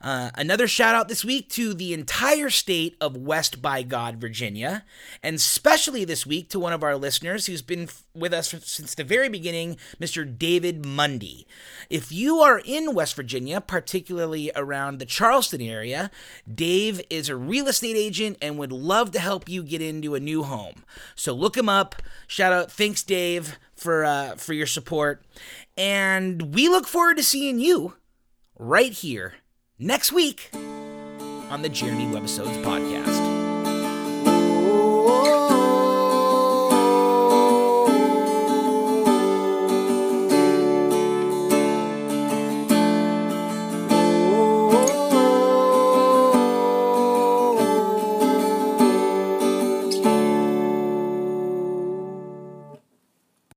S1: Uh, another shout out this week to the entire state of West by God, Virginia, and especially this week to one of our listeners who's been f- with us since the very beginning, Mr. David Mundy. If you are in West Virginia, particularly around the Charleston area, Dave is a real estate agent and would love to help you get into a new home. So look him up. Shout out, thanks, Dave for uh, for your support, and we look forward to seeing you right here next week on the Jeremy Webisodes podcast.